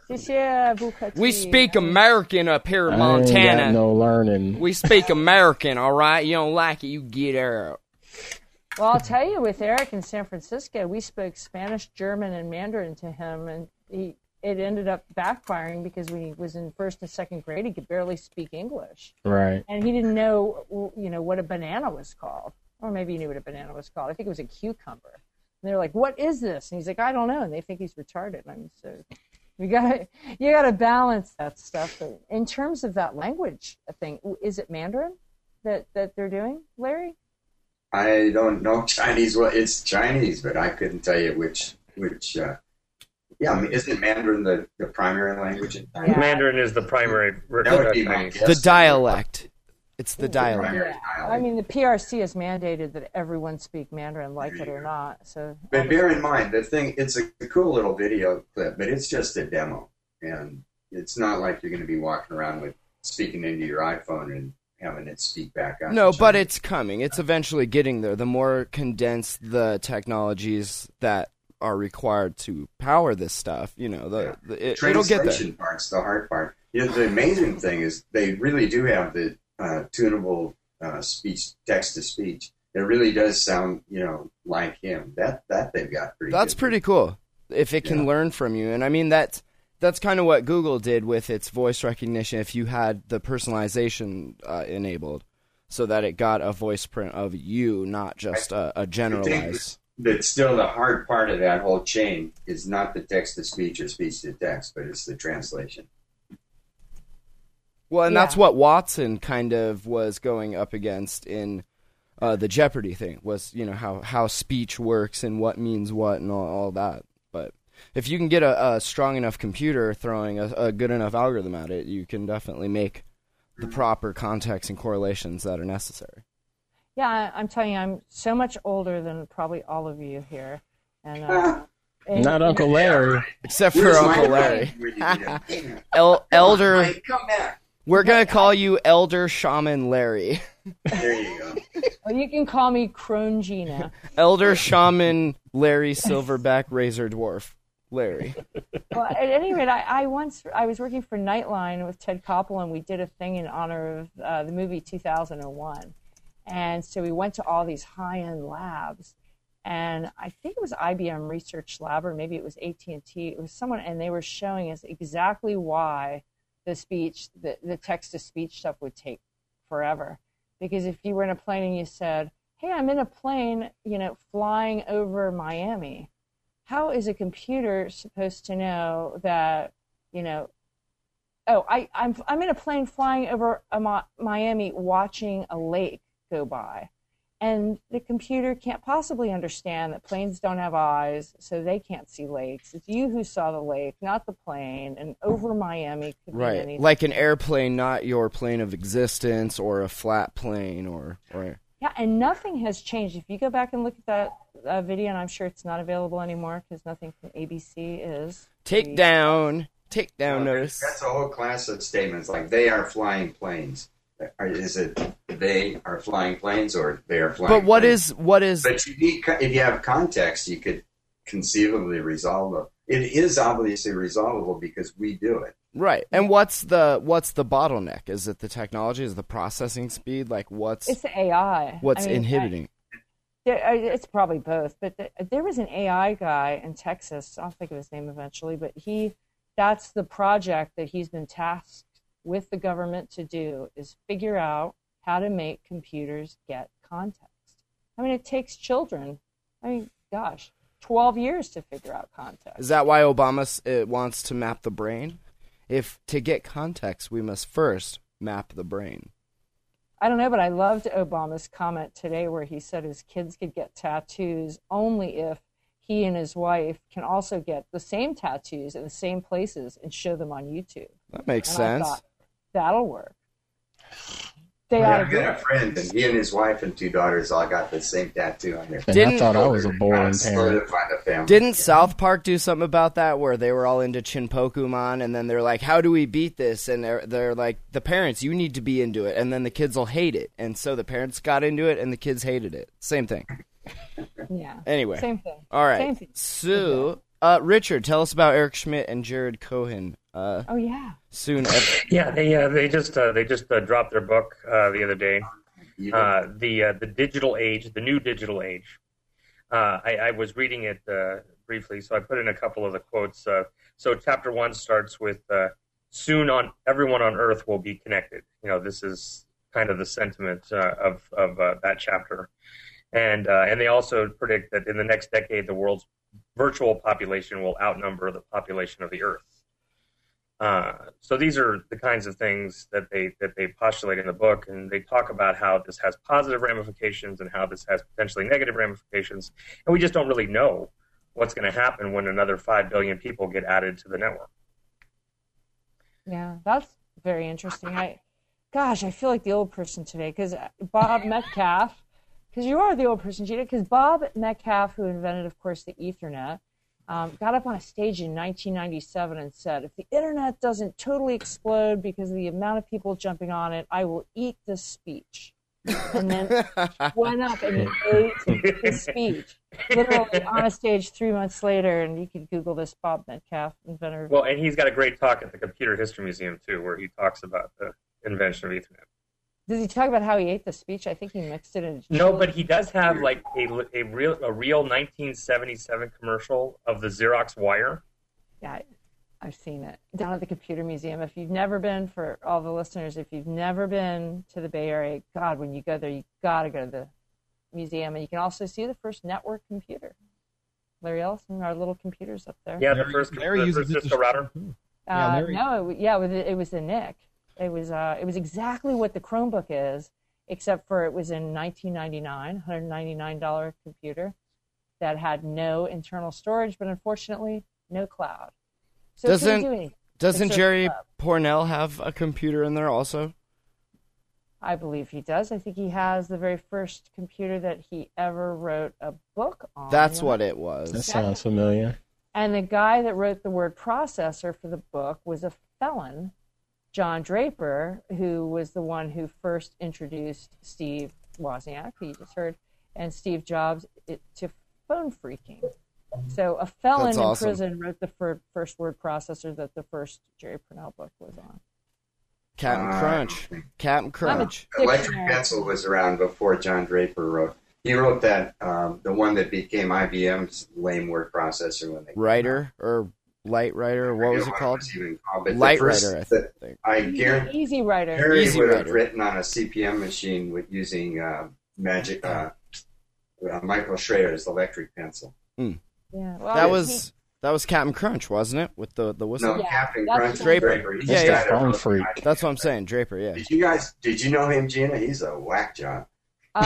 Speaker 3: xie xie, bu ke
Speaker 1: We
Speaker 3: ti.
Speaker 1: speak American up here in
Speaker 4: I ain't got
Speaker 1: Montana.
Speaker 4: no learning.
Speaker 1: We speak American, all right? You don't like it, you get out.
Speaker 3: Well, I'll tell you, with Eric in San Francisco, we spoke Spanish, German, and Mandarin to him, and he, it ended up backfiring because when he was in first and second grade, he could barely speak English,
Speaker 4: right.
Speaker 3: and he didn't know, w- you know, what a banana was called, or maybe he knew what a banana was called. I think it was a cucumber. And they're like, "What is this?" And he's like, "I don't know," and they think he's retarded. I'm so. You gotta, you gotta balance that stuff. But in terms of that language thing, w- is it Mandarin that that they're doing, Larry?
Speaker 5: I don't know Chinese. Well, it's Chinese, but I couldn't tell you which which. Uh, yeah, I mean, isn't Mandarin the, the primary language in China?
Speaker 3: Yeah.
Speaker 8: Mandarin is the primary.
Speaker 5: That would be my guess.
Speaker 1: The dialect. It's the dialect.
Speaker 5: Primary
Speaker 3: Yeah.
Speaker 5: dialect.
Speaker 3: I mean, the PRC has mandated that everyone speak Mandarin, like it or not. So,
Speaker 5: But bear in mind, the thing, it's a cool little video clip, but it's just a demo. And it's not like you're going to be walking around with speaking into your iPhone and having it speak back out.
Speaker 1: No,
Speaker 5: to
Speaker 1: but
Speaker 5: you.
Speaker 1: it's coming. It's eventually getting there. The more condensed the technologies that are required to power this stuff, you know, the, Uh, the it, it'll get there.
Speaker 5: translation part's the hard part. You know, the amazing thing is they really do have the uh, tunable uh, speech, text to speech. It really does sound, you know, like him. That that they've got pretty.
Speaker 1: That's
Speaker 5: good.
Speaker 1: pretty cool if it can
Speaker 5: Yeah.
Speaker 1: learn from you. And I mean that's that's kind of what Google did with its voice recognition. If you had the personalization uh, enabled, so that it got a voice print of you, not just a, a generalized.
Speaker 5: But still, the hard part of that whole chain is not the text to speech or speech to text, but it's the translation.
Speaker 1: Well, and that's
Speaker 3: Yeah.
Speaker 1: what Watson kind of was going up against in uh, the Jeopardy thing was, you know, how, how speech works and what means what and all, all that. But if you can get a, a strong enough computer throwing a, a good enough algorithm at it, you can definitely make the proper context and correlations that are necessary.
Speaker 3: yeah, I, I'm telling you, I'm so much older than probably all of you here, and, uh, and-
Speaker 4: Not Uncle Larry.
Speaker 1: Except for
Speaker 5: Where's my
Speaker 1: Uncle Larry.
Speaker 5: brain? Where you get it?
Speaker 1: El- elder,
Speaker 5: Mike, come back.
Speaker 1: we're going to call you Elder Shaman Larry.
Speaker 5: There you go.
Speaker 3: Well, you can call me Crone Gina.
Speaker 1: Elder Shaman Larry Silverback Razor Dwarf Larry.
Speaker 3: well, at any rate, I, I once I was working for Nightline with Ted Koppel, and we did a thing in honor of uh, the movie 2001. And so we went to all these high-end labs, and I think it was IBM Research Lab, or maybe it was AT and T. It was someone, and they were showing us exactly why the speech, the, the text-to-speech stuff would take forever. Because if you were in a plane and you said, "Hey, I'm in a plane, you know, flying over Miami," how is a computer supposed to know that you know oh I, I'm, I'm in a plane flying over a Mi- miami watching a lake go by and the computer can't possibly understand that planes don't have eyes so they can't see lakes it's you who saw the lake not the plane and over miami could be
Speaker 1: Right.
Speaker 3: anything.
Speaker 1: Like an airplane, not your plane of existence or a flat plane or. or
Speaker 3: Yeah, and nothing has changed. If you go back and look at that uh, video, and I'm sure it's not available anymore because nothing from ABC is.
Speaker 1: take down. Take down notice.
Speaker 5: That's a whole class of statements like they are flying planes. Or Is it they are flying planes or they are flying?
Speaker 1: But what
Speaker 5: planes?
Speaker 1: is. What is.
Speaker 5: But you need, co- if you have context, you could conceivably resolve it is obviously resolvable because we do it.
Speaker 1: Right. And what's the what's the bottleneck? Is it the technology? Is it the processing speed? Like what's
Speaker 3: It's the AI.
Speaker 1: what's
Speaker 3: I mean,
Speaker 1: inhibiting?
Speaker 3: There, I- it's probably both, but th there was an AI guy in Texas. I'll think of his name eventually, but he that's the project that he's been tasked with the government to do is figure out how to make computers get context. I mean, it takes children. I mean, gosh, 12 years to figure out context.
Speaker 1: Is that why Obama s- uh, wants to map the brain? If to get context, we must first map the brain.
Speaker 3: I don't know, but I loved Obama's comment today where he said his kids could get tattoos only if he and his wife can also get the same tattoos in the same places and show them on YouTube.
Speaker 1: That makes
Speaker 3: And I
Speaker 1: sense.
Speaker 3: thought, That'll work. They
Speaker 5: Yeah,
Speaker 3: ought
Speaker 5: I
Speaker 3: to do
Speaker 5: got a
Speaker 3: it.
Speaker 5: friend, and he and his wife and two daughters all got the same tattoo on their.
Speaker 4: And I
Speaker 1: Didn't-
Speaker 4: thought I was a boring parent.
Speaker 5: Solidify the family.
Speaker 1: Didn't South Park do something about that where they were all into Chin Pokemon and then they're like, how do we beat this? And they're, they're like, the parents, you need to be into it. And then the kids will hate it. And so the parents got into it and the kids hated it. Same thing.
Speaker 3: Yeah.
Speaker 1: Anyway. Uh,
Speaker 3: Same thing.
Speaker 1: All
Speaker 3: Same
Speaker 1: right.
Speaker 3: thing.
Speaker 1: So, uh, Richard, tell us about Eric Schmidt and Jared Cohen uh,
Speaker 3: Oh, yeah.
Speaker 1: soon. ep-
Speaker 8: Yeah, they uh, they just uh, they just uh, dropped their book uh, the other day.
Speaker 5: You don't-
Speaker 8: Uh, the uh, the digital age, the new digital age. Uh, I, I was reading it uh, briefly, so I put in a couple of the quotes. Uh, so chapter one starts with uh, "Soon on everyone on Earth will be connected." You know, this is kind of the sentiment uh, of of uh, that chapter, and uh, and they also predict that in the next decade, the world's virtual population will outnumber the population of the Earth. Uh, so these are the kinds of things that they that they postulate in the book, and they talk about how this has positive ramifications and how this has potentially negative ramifications, and we just don't really know what's going to happen when another five billion people get added to the network.
Speaker 3: Yeah. That's very interesting. I, gosh, I feel like the old person today because Bob Metcalf, because you are the old person, Gina, because Bob Metcalf, who invented, of course, the Ethernet, um, got up on a stage in 1997 and said, If the internet doesn't totally explode because of the amount of people jumping on it, I will eat this speech. And then went up and he ate his speech. Literally on a stage three months later, and you can Google this Bob Metcalf, inventor of
Speaker 8: Well, and he's got a great talk at the Computer History Museum too, where he talks about the invention of Ethernet.
Speaker 3: Does he talk about how he ate the speech? I think he mixed it in.
Speaker 8: No, but he does have like a, a real a real 1977 commercial of the Xerox wire.
Speaker 3: Yeah, I- I've seen it down at the Computer Museum. If you've never been, for all the listeners, if you've never been to the Bay Area, God, when you go there, you gotta go to the museum, and you can also see the first network computer. Larry Ellison, our little computers up there.
Speaker 8: Yeah, the
Speaker 6: Larry-
Speaker 8: first
Speaker 6: Larry
Speaker 8: the first
Speaker 6: uses it to Hmm.
Speaker 8: Cisco router.
Speaker 6: Yeah,
Speaker 3: Uh,
Speaker 6: Larry-
Speaker 3: no, it, w- yeah, it was, it was the NIC. It was uh, it was exactly what the Chromebook is, except for it was in 1999, 199 dollar computer that had no internal storage, but unfortunately, no cloud. So it couldn't
Speaker 1: Doesn't-
Speaker 3: do anything.
Speaker 1: Doesn't
Speaker 3: It's a
Speaker 1: Jerry
Speaker 3: club.
Speaker 1: Pornell have a computer in there also?
Speaker 3: I believe he does. I think he has the very first computer that he ever wrote a book on.
Speaker 1: That's what it was.
Speaker 4: That sounds familiar.
Speaker 3: And the guy that wrote the word processor for the book was a felon, John Draper, who was the one who first introduced Steve Wozniak, who you just heard, and Steve Jobs it, to phone freaking. So a felon
Speaker 1: That's awesome.
Speaker 3: in prison wrote the fir- first word processor that the first Jerry Purnell book was on.
Speaker 1: Captain
Speaker 5: Uh,
Speaker 1: Crunch. Captain Crunch.
Speaker 5: Electric
Speaker 3: Dictionary.
Speaker 5: Pencil was around before John Draper wrote. He wrote that um, the one that became IBM's lame word processor when they
Speaker 1: Writer or light writer. What was it called?
Speaker 5: even called but the
Speaker 1: Light
Speaker 5: first-
Speaker 1: writer, I
Speaker 5: the-
Speaker 1: think.
Speaker 5: I guarantee
Speaker 3: Easy writer.
Speaker 5: Harry
Speaker 1: Easy
Speaker 5: would have
Speaker 1: writer.
Speaker 5: written on a CPM machine with using uh, magic uh, uh, Michael Schrader's electric pencil.
Speaker 3: Yeah. Well,
Speaker 1: That
Speaker 3: he-
Speaker 1: was that was Captain Crunch, wasn't it? With the the whistle.
Speaker 5: No,
Speaker 3: Yeah,
Speaker 5: Captain
Speaker 3: that's
Speaker 5: Crunch
Speaker 1: Draper.
Speaker 5: Draper. He's
Speaker 1: Yeah,
Speaker 5: got
Speaker 1: yeah.
Speaker 5: a-
Speaker 4: Phone freak.
Speaker 1: That's what I'm saying, Draper. Yeah.
Speaker 3: Uh-huh.
Speaker 5: Did you guys? Did you know him, Gina? He's a whack job.
Speaker 3: um,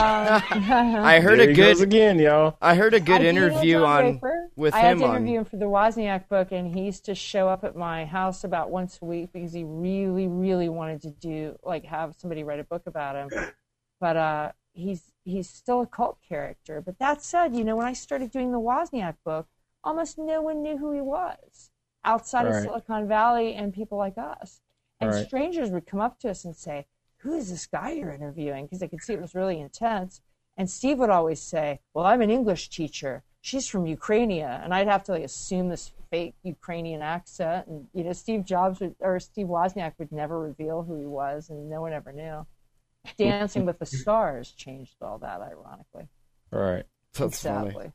Speaker 1: I heard
Speaker 4: There
Speaker 1: a
Speaker 4: he
Speaker 1: good
Speaker 4: goes again, y'all.
Speaker 1: I heard a
Speaker 3: I
Speaker 1: good
Speaker 3: did
Speaker 1: interview
Speaker 3: know
Speaker 1: on
Speaker 3: John Draper.
Speaker 1: with
Speaker 3: I had
Speaker 1: him
Speaker 3: to
Speaker 1: on.
Speaker 3: interview him for the Wozniak book, and he used to show up at my house about once a week because he really, really wanted to do like have somebody write a book about him. But uh, he's he's still a cult character. But that said, you know, when I started doing the Wozniak book, almost no one knew who he was outside of
Speaker 4: Right.
Speaker 3: Silicon Valley and people like us. And
Speaker 4: Right.
Speaker 3: strangers would come up to us and say, "Who is this guy you're interviewing?" Because they could see it was really intense. And Steve would always say, Well, I'm an English teacher. she's from Ukrainia, and I'd have to like assume this fake Ukrainian accent. And you know, Steve Jobs would, or Steve Wozniak would never reveal who he was, and no one ever knew. Dancing with the Stars changed all that, ironically.
Speaker 4: All right.
Speaker 1: That's
Speaker 3: sadly.
Speaker 1: funny.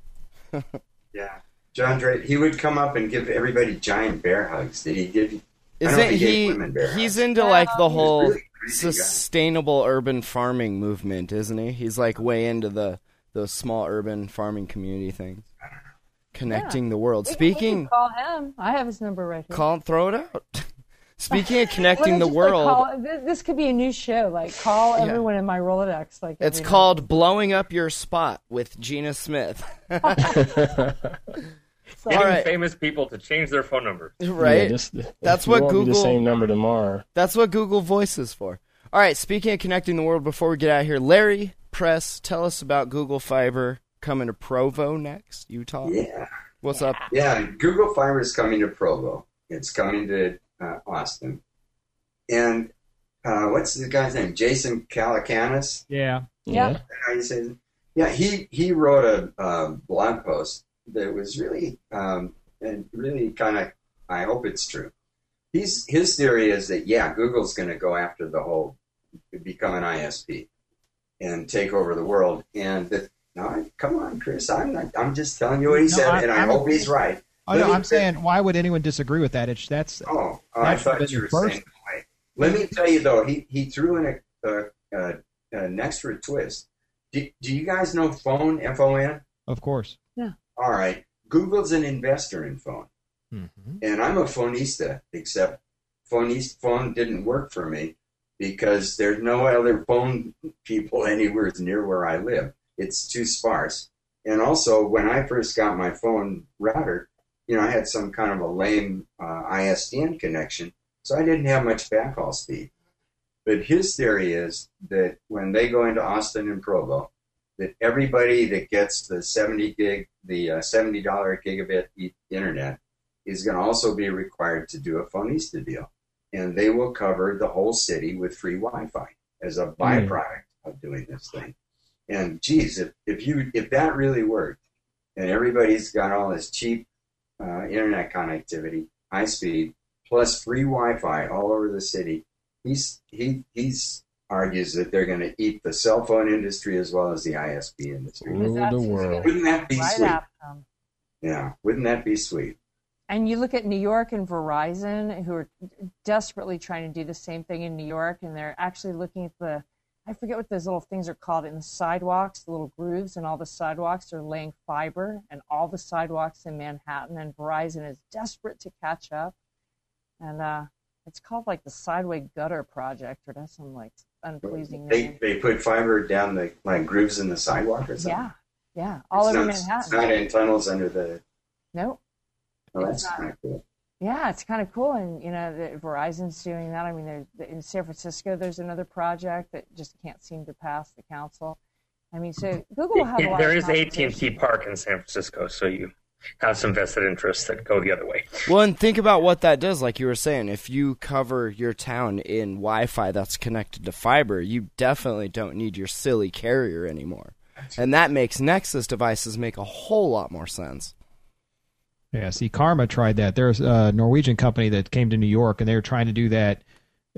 Speaker 5: Yeah. John Drake, he would come up and give everybody giant bear hugs. Did he give? I don't know
Speaker 1: Isn't
Speaker 5: if he gave
Speaker 1: he?
Speaker 5: women bear hugs.
Speaker 1: He's into like the
Speaker 5: He was
Speaker 1: whole
Speaker 5: really crazy guy.
Speaker 1: sustainable urban farming movement, isn't he? He's like way into the those small urban farming community things, connecting the world.
Speaker 3: We can- we can
Speaker 1: Speaking,
Speaker 3: call him. I have his number right here.
Speaker 1: call throw it out. Speaking of
Speaker 3: Well,
Speaker 1: connecting the
Speaker 3: just, like,
Speaker 1: world,
Speaker 3: call- this, this could be a new show. Like, call
Speaker 1: Yeah.
Speaker 3: everyone in my Rolodex. Like,
Speaker 1: it's
Speaker 3: every
Speaker 1: called blowing up your spot with Gina Smith.
Speaker 3: night.
Speaker 1: All
Speaker 8: Getting
Speaker 1: right.
Speaker 8: famous people to change their phone number.
Speaker 1: right?
Speaker 4: Yeah, just-
Speaker 1: That's
Speaker 4: it
Speaker 1: what
Speaker 4: won't be
Speaker 1: Google-
Speaker 4: the same number tomorrow.
Speaker 1: That's what Google Voice is for. All right, speaking of connecting the world, before we get out of here, Larry Press, tell us about Google Fiber coming to Provo next, Utah.
Speaker 5: Yeah.
Speaker 1: What's up?
Speaker 5: Yeah, Google Fiber is coming to Provo. It's coming to uh, Austin. And uh, what's the guy's name? Jason Calacanis.
Speaker 6: Yeah.
Speaker 3: Yeah.
Speaker 5: How you say his- Yeah, he he wrote a um, blog post that was really um, and really kind of. I hope it's true. He's his theory is that yeah, Google's going to go after the whole become an ISP and take over the world. And that, no, come on, Chris, I'm not. I'm just telling you what he
Speaker 6: No,
Speaker 5: said,
Speaker 6: I-
Speaker 5: and I
Speaker 6: I'm-
Speaker 5: hope he's right.
Speaker 6: Oh, no,
Speaker 5: Let me-
Speaker 6: I'm saying, why would anyone disagree with that? It's that's
Speaker 5: Oh, oh, I
Speaker 6: That's the
Speaker 5: thought you were
Speaker 6: first-
Speaker 5: saying that way. Let me tell you though, he, he threw in a, a, a, an extra twist. Do, do you guys know Phone F O N?
Speaker 6: of course.
Speaker 5: All right, Google's an investor in Phone,
Speaker 6: Mm-hmm.
Speaker 5: and I'm a Phonista. Except Phonist Phone didn't work for me because there's no other phone people anywhere near where I live. It's too sparse. And also, when I first got my phone router, you know, I had some kind of a lame uh, ISDN connection, so I didn't have much backhaul speed. But his theory is that when they go into Austin and Provo, that everybody that gets the 70 gig, the uh, $70 gigabit e- internet is going to also be required to do a Phonista deal. And they will cover the whole city with free Wi Fi as a byproduct of doing this thing. And geez, if, if you if that really worked, and everybody's got all this cheap uh, internet connectivity, high speed, plus free Wi-Fi all over the city, he's he he's argues that they're going to eat the cell phone industry as well as the ISP industry.
Speaker 1: Mm-hmm.
Speaker 4: Rule
Speaker 3: That's
Speaker 4: the
Speaker 3: who's
Speaker 4: world.
Speaker 5: Wouldn't that be
Speaker 3: Right
Speaker 5: sweet?
Speaker 3: after them.
Speaker 5: Yeah, wouldn't that be sweet?
Speaker 3: And you look at New York and Verizon, who are desperately trying to do the same thing in New York, and they're actually looking at the, I forget what those little things are called in the sidewalks, the little grooves, and all the sidewalks are laying fiber, and all the sidewalks in Manhattan, and Verizon is desperate to catch up, and uh, it's called like the Sideway Gutter Project, or that's some like unpleasing
Speaker 5: They
Speaker 3: name.
Speaker 5: they put fiber down the like grooves in the sidewalk or something.
Speaker 3: Yeah, yeah, all
Speaker 5: it's
Speaker 3: over
Speaker 5: not, It's
Speaker 3: Manhattan.
Speaker 5: not in tunnels under the.
Speaker 3: Nope.
Speaker 5: Oh, that's
Speaker 3: not.
Speaker 5: kind of cool.
Speaker 3: Yeah, it's kind of cool, and you know, the, Verizon's doing that. I mean, there- the- in San Francisco, there's another project that just can't seem to pass the council. I mean, so Google will have a
Speaker 8: Yeah,
Speaker 3: lot
Speaker 8: there
Speaker 3: of
Speaker 8: is AT&T
Speaker 3: competition.
Speaker 8: Park in San Francisco, so you have some vested interests that go the other way.
Speaker 1: Well, and think about what that does. Like you were saying, if you cover your town in Wi-Fi that's connected to fiber, you definitely don't need your silly carrier anymore. And that makes Nexus devices make a whole lot more sense.
Speaker 6: Yeah, see, Karma tried that. There's a Norwegian company that came to New York, and they were trying to do that.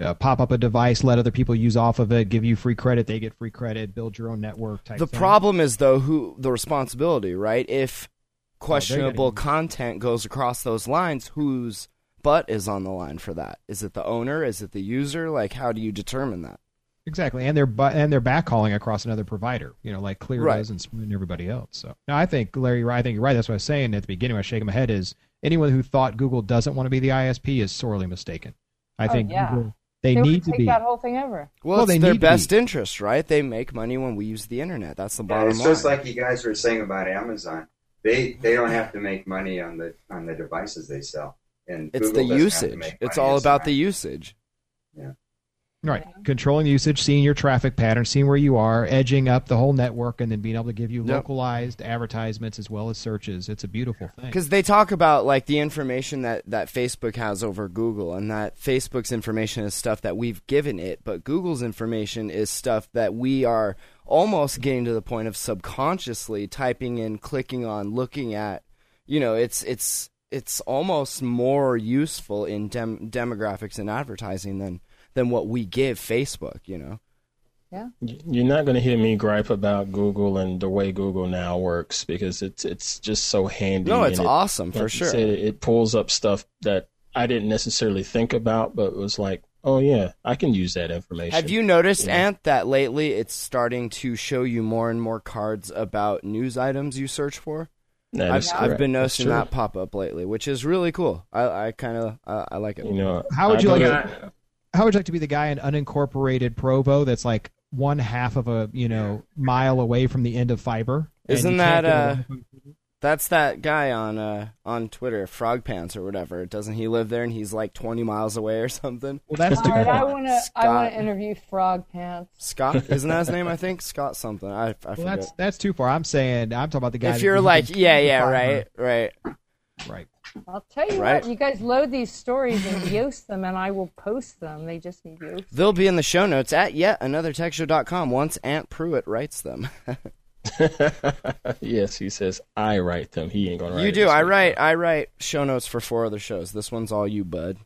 Speaker 6: Uh, pop up a device, let other people use off of it, give you free credit, they get free credit, build your own network type.
Speaker 1: The
Speaker 6: thing.
Speaker 1: problem is though who the responsibility, right? If questionable
Speaker 6: Oh, getting-
Speaker 1: content goes across those lines, whose butt is on the line for that? Is it the owner? Is it the user? Like how do you determine that?
Speaker 6: exactly, and they're bu- and they're backhauling across another provider, you know, like Clear
Speaker 1: Right.
Speaker 6: does and Spoon and everybody else. So, no, I think Larry, you're right. I think you're right. That's what I was saying at the beginning. When I was shaking my head is anyone who thought Google doesn't want to be the ISP is sorely mistaken. I
Speaker 3: Oh,
Speaker 6: think
Speaker 3: yeah.
Speaker 6: Google, they,
Speaker 3: They would
Speaker 6: need to
Speaker 3: take
Speaker 6: be.
Speaker 3: that whole thing over.
Speaker 1: Well,
Speaker 6: Well,
Speaker 1: it's
Speaker 6: they
Speaker 1: their
Speaker 6: need to be.
Speaker 1: best interest, right? They make money when we use the internet. That's the bottom
Speaker 5: And it's
Speaker 1: line.
Speaker 5: just like you guys were saying about Amazon. They they don't have to make money on the on the devices they sell. And
Speaker 1: It's
Speaker 5: Google
Speaker 1: the
Speaker 5: doesn't have to
Speaker 1: usage.
Speaker 5: make
Speaker 1: It's
Speaker 5: money
Speaker 1: all
Speaker 5: as
Speaker 1: about
Speaker 5: well.
Speaker 1: the usage.
Speaker 6: Right. Controlling usage, seeing your traffic pattern, seeing where you are, edging up the whole network, and then being able to give you
Speaker 1: Yep.
Speaker 6: localized advertisements as well as searches. It's a beautiful thing.
Speaker 1: Because they talk about like the information that, that Facebook has over Google, and that Facebook's information is stuff that we've given it, but Google's information is stuff that we are almost getting to the point of subconsciously typing in, clicking on, looking at. You know, it's it's it's almost more useful in dem- demographics and advertising than than what we give Facebook. You know,
Speaker 4: You're not going to hear me gripe about Google and the way Google now works because it's it's just so handy.
Speaker 1: no, it's
Speaker 4: and it-
Speaker 1: awesome
Speaker 4: like
Speaker 1: for
Speaker 4: you
Speaker 1: sure.
Speaker 4: said, it, it pulls up stuff that I didn't necessarily think about, but was like, oh yeah, I can use that information.
Speaker 1: Have you noticed,
Speaker 4: Yeah.
Speaker 1: Ant, that lately it's starting to show you more and more cards about news items you search for?
Speaker 4: That
Speaker 1: I've,
Speaker 4: is
Speaker 1: I've
Speaker 4: correct.
Speaker 1: been
Speaker 4: That's
Speaker 1: noticing
Speaker 4: true.
Speaker 1: that pop up lately, which is really cool. I, I kind of I, I like it.
Speaker 4: You know,
Speaker 6: How would
Speaker 4: I
Speaker 6: you
Speaker 4: go
Speaker 6: like
Speaker 4: to-
Speaker 6: How would you like to be the guy in unincorporated Provo that's like one half of a you know mile away from the end of fiber? and
Speaker 1: Isn't
Speaker 6: you
Speaker 1: that
Speaker 6: can't
Speaker 1: uh?
Speaker 6: get away?
Speaker 1: That's that guy on uh on Twitter, Frog Pants or whatever. Doesn't he live there? And he's like twenty miles away or something.
Speaker 6: Well, that's
Speaker 7: All right, I
Speaker 6: too.
Speaker 7: want to. I want
Speaker 1: Scott.
Speaker 7: to interview Frog Pants.
Speaker 1: Scott, isn't that his name? I think Scott something. I I
Speaker 6: Well,
Speaker 1: forget.
Speaker 6: that's that's too far. I'm saying I'm talking about the guy.
Speaker 1: if
Speaker 6: that
Speaker 1: you're
Speaker 6: you can
Speaker 1: like,
Speaker 6: keep
Speaker 1: yeah,
Speaker 6: the
Speaker 1: yeah,
Speaker 6: fiber.
Speaker 1: right, right.
Speaker 6: right.
Speaker 7: I'll tell you
Speaker 1: Right.
Speaker 7: what. You guys load these stories and yoast them, and I will post them. They just need yoast.
Speaker 1: They'll be in the show notes at yet anothertechshow.com once Aunt Pruitt writes them.
Speaker 4: yes, he says I write them. He ain't gonna write.
Speaker 1: you
Speaker 4: it
Speaker 1: do. I
Speaker 4: himself.
Speaker 1: write. I write show notes for four other shows. This one's all you, bud.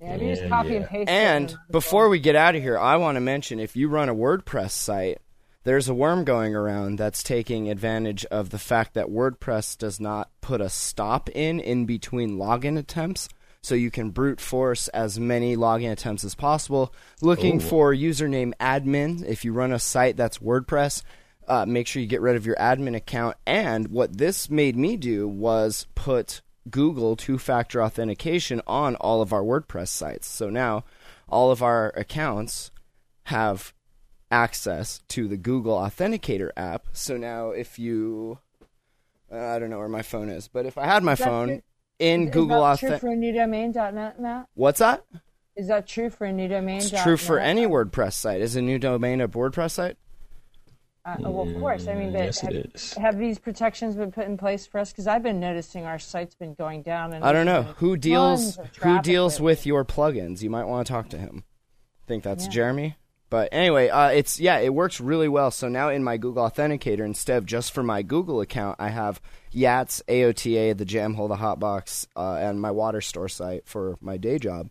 Speaker 7: Yeah, you just
Speaker 4: Yeah,
Speaker 7: copy
Speaker 4: yeah.
Speaker 7: and paste.
Speaker 1: And
Speaker 7: them.
Speaker 1: before we get out of here, I want to mention if you run a WordPress site, there's a worm going around that's taking advantage of the fact that WordPress does not put a stop in in between login attempts. So you can brute force as many login attempts as possible. Looking for username admin. If you run a site that's WordPress, uh, make sure you get rid of your admin account. And what this made me do was put Google two factor authentication on all of our WordPress sites. So now all of our accounts have access to the Google Authenticator app. So now if you, uh, I don't know where my phone is, but if I had my
Speaker 7: That's
Speaker 1: phone
Speaker 7: it.
Speaker 1: in
Speaker 7: Is
Speaker 1: Google
Speaker 7: that true
Speaker 1: Authenticator.
Speaker 7: for newdomain.net, Matt?
Speaker 1: What's that?
Speaker 7: Is that true for newdomain.net?
Speaker 1: It's true for any WordPress site. Is a new domain a WordPress site?
Speaker 7: Uh, well, of course. I
Speaker 1: Mm,
Speaker 7: mean, but
Speaker 4: Yes,
Speaker 7: have,
Speaker 4: it is.
Speaker 7: have these protections been put in place for us? Because I've been noticing our site's been going down. And
Speaker 1: I don't know
Speaker 7: there's been
Speaker 1: who deals
Speaker 7: tons of
Speaker 1: who
Speaker 7: traffic
Speaker 1: deals
Speaker 7: lately.
Speaker 1: with your plugins. You might want to talk to him. I think that's
Speaker 7: Yeah.
Speaker 1: Jeremy. But anyway, uh, it's yeah, it works really well. So now in my Google Authenticator, instead of just for my Google account, I have Yats, AOTA, the Jam Hole, the Hotbox, uh, and my water store site for my day job.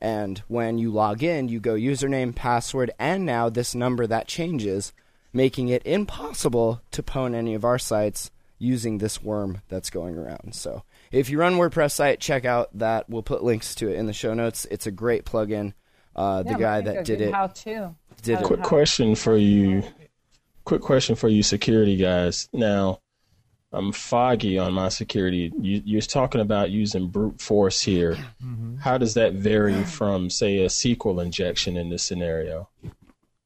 Speaker 1: And when you log in, you go username, password, and now this number that changes, making it impossible to pwn any of our sites using this worm that's going around. So if you run WordPress site, check out that. We'll put links to it in the show notes. It's a great plugin. Uh,
Speaker 7: Yeah,
Speaker 1: the guy
Speaker 7: Mike, a
Speaker 1: that did
Speaker 7: good
Speaker 1: it
Speaker 7: How to?
Speaker 1: did it.
Speaker 4: Quick question for you. Quick question for you, security guys. Now, I'm foggy on my security. You, you're talking about using brute force here.
Speaker 6: Mm-hmm.
Speaker 4: How does that vary from, say, a SQL injection in this scenario?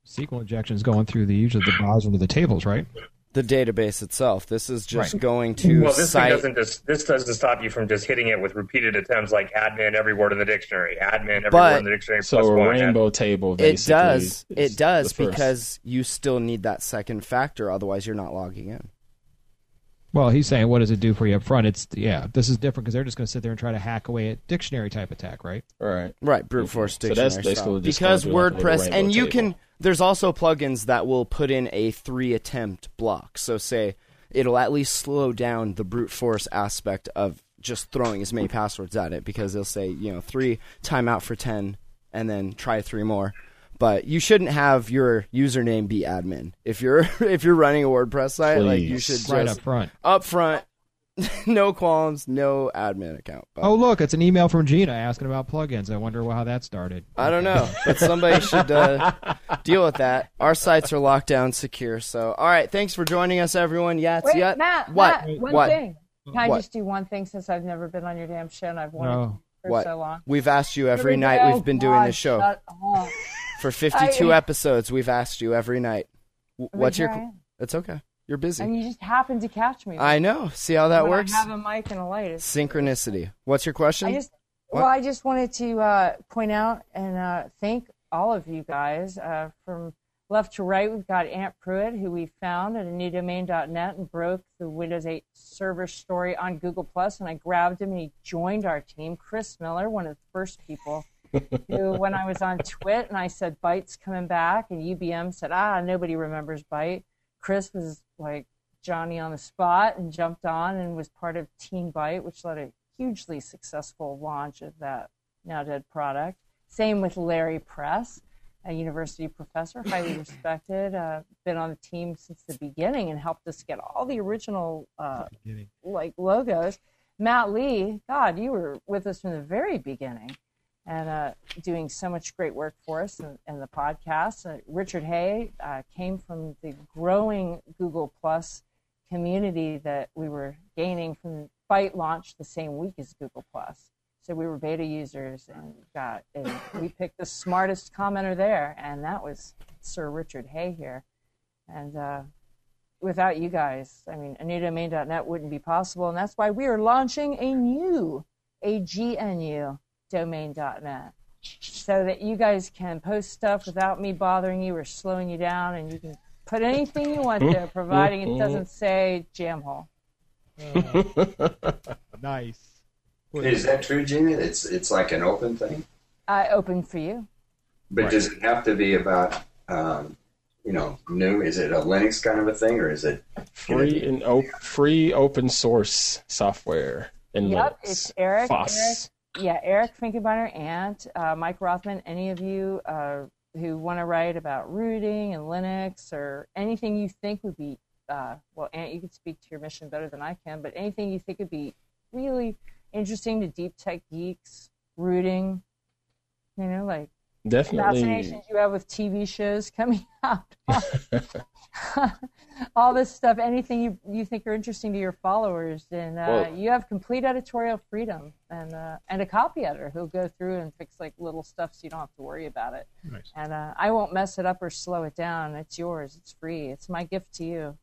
Speaker 6: SQL injections going through the usually the browser to the tables, right?
Speaker 1: the database itself. This is just going to
Speaker 8: Well, this thing
Speaker 1: site.
Speaker 8: doesn't just this doesn't stop you from just hitting it with repeated attempts like admin every word in the dictionary, admin every
Speaker 1: But-
Speaker 8: word in the dictionary.
Speaker 4: So
Speaker 8: plus
Speaker 4: a
Speaker 8: one,
Speaker 4: rainbow table,
Speaker 1: It
Speaker 4: basically.
Speaker 1: does.
Speaker 4: is
Speaker 1: It does
Speaker 4: the first.
Speaker 1: because you still need that second factor. Otherwise, you're not logging in.
Speaker 6: Well, he's saying, what does it do for you up front? It's yeah, this is different because they're just going to sit there and try to hack away at dictionary type attack, right?
Speaker 4: All right.
Speaker 1: Right, brute force
Speaker 4: So
Speaker 1: dictionary
Speaker 4: that's basically
Speaker 1: style.
Speaker 4: just
Speaker 1: because
Speaker 4: gonna do like a little
Speaker 1: WordPress,
Speaker 4: rainbow
Speaker 1: and you
Speaker 4: table.
Speaker 1: can. There's also plugins that will put in a three attempt block. So say it'll at least slow down the brute force aspect of just throwing as many passwords at it because they'll say you know three timeout for ten, and then try three more. But you shouldn't have your username be admin if you're if you're running a WordPress site. Like you
Speaker 4: Please.
Speaker 1: should just
Speaker 6: Right up front.
Speaker 1: up front, no qualms, no admin account. But-
Speaker 6: Oh, look, it's an email from Gina asking about plugins. I wonder how that started.
Speaker 1: I don't know, but somebody should uh, deal with that. Our sites are locked down, secure. So, all right, thanks for joining us, everyone. Yeah,
Speaker 7: Wait,
Speaker 1: yeah.
Speaker 7: Matt.
Speaker 1: what?
Speaker 7: Matt, one
Speaker 1: what?
Speaker 7: thing. Can I
Speaker 1: What?
Speaker 7: just do one thing since I've never been on your damn show and I've wanted
Speaker 6: No.
Speaker 7: to for
Speaker 1: What?
Speaker 7: so long?
Speaker 1: We've asked you every
Speaker 7: Here we
Speaker 1: night.
Speaker 7: go.
Speaker 1: We've been doing
Speaker 7: God,
Speaker 1: this show
Speaker 7: shut up.
Speaker 1: for 52
Speaker 7: I-
Speaker 1: episodes. We've asked you every night. W-
Speaker 7: But
Speaker 1: What's
Speaker 7: here
Speaker 1: your?
Speaker 7: I am.
Speaker 1: It's okay. You're busy.
Speaker 7: And you just happened to catch me.
Speaker 1: I know. See how that
Speaker 7: when
Speaker 1: works?
Speaker 7: I have a mic and a light. It's
Speaker 1: Synchronicity. What's your question?
Speaker 7: I just
Speaker 1: What?
Speaker 7: well, I just wanted to uh, point out and uh, thank
Speaker 3: all of you guys. Uh, from left to right, we've got Ant Pruitt, who we found at anitadomain.net and broke the Windows 8 server story on Google Plus, and I grabbed him and he joined our team. Chris Miller, one of the first people. who, when I was on Twit and I said Byte's coming back, and UBM said, ah, nobody remembers Byte. Chris was like Johnny on the spot and jumped on and was part of Teen Byte, which led a hugely successful launch of that now dead product. Same with Larry Press, a university professor, highly respected, uh, been on the team since the beginning and helped us get all the original uh,
Speaker 6: Beginning.
Speaker 3: like logos. Matt Lee, God, you were with us from the very beginning and uh, doing so much great work for us and, and the podcast. Uh, Richard Hay uh, came from the growing Google Plus community that we were gaining from Byte launch the same week as Google Plus. So we were beta users and got and we picked the smartest commenter there, and that was Sir Richard Hay here. And uh, without you guys, I mean, AnitaMain.net wouldn't be possible, and that's why we are launching a new, a GNU domain.net, so that you guys can post stuff without me bothering you or slowing you down, and you can put anything you want there, providing it doesn't say jamhole.
Speaker 6: Nice.
Speaker 5: Is that true, Gina? It's it's like an open thing,
Speaker 3: I open for you.
Speaker 5: but does it have to be about um, you know new? Is it a Linux kind of a thing, or is it
Speaker 4: Free and op- free open source software and
Speaker 3: Yep,
Speaker 4: Linux.
Speaker 3: it's Eric,
Speaker 4: Foss.
Speaker 3: yeah, Eric Finkenbeiner, Ant, uh, Mike Rothman, any of you uh, who want to write about rooting and Linux or anything you think would be, uh, well, Ant, you can speak to your mission better than I can, but anything you think would be really interesting to deep tech geeks, rooting, you know, like
Speaker 4: Definitely.
Speaker 3: fascinations you have with TV shows coming out. All this stuff, anything you, you think are interesting to your followers, then uh,
Speaker 4: Well-
Speaker 3: you have complete editorial freedom and uh, and a copy editor who'll go through and fix like little stuff so you don't have to worry about it.
Speaker 6: Nice.
Speaker 3: And uh, I won't mess it up or slow it down. It's yours. It's free. It's my gift to you.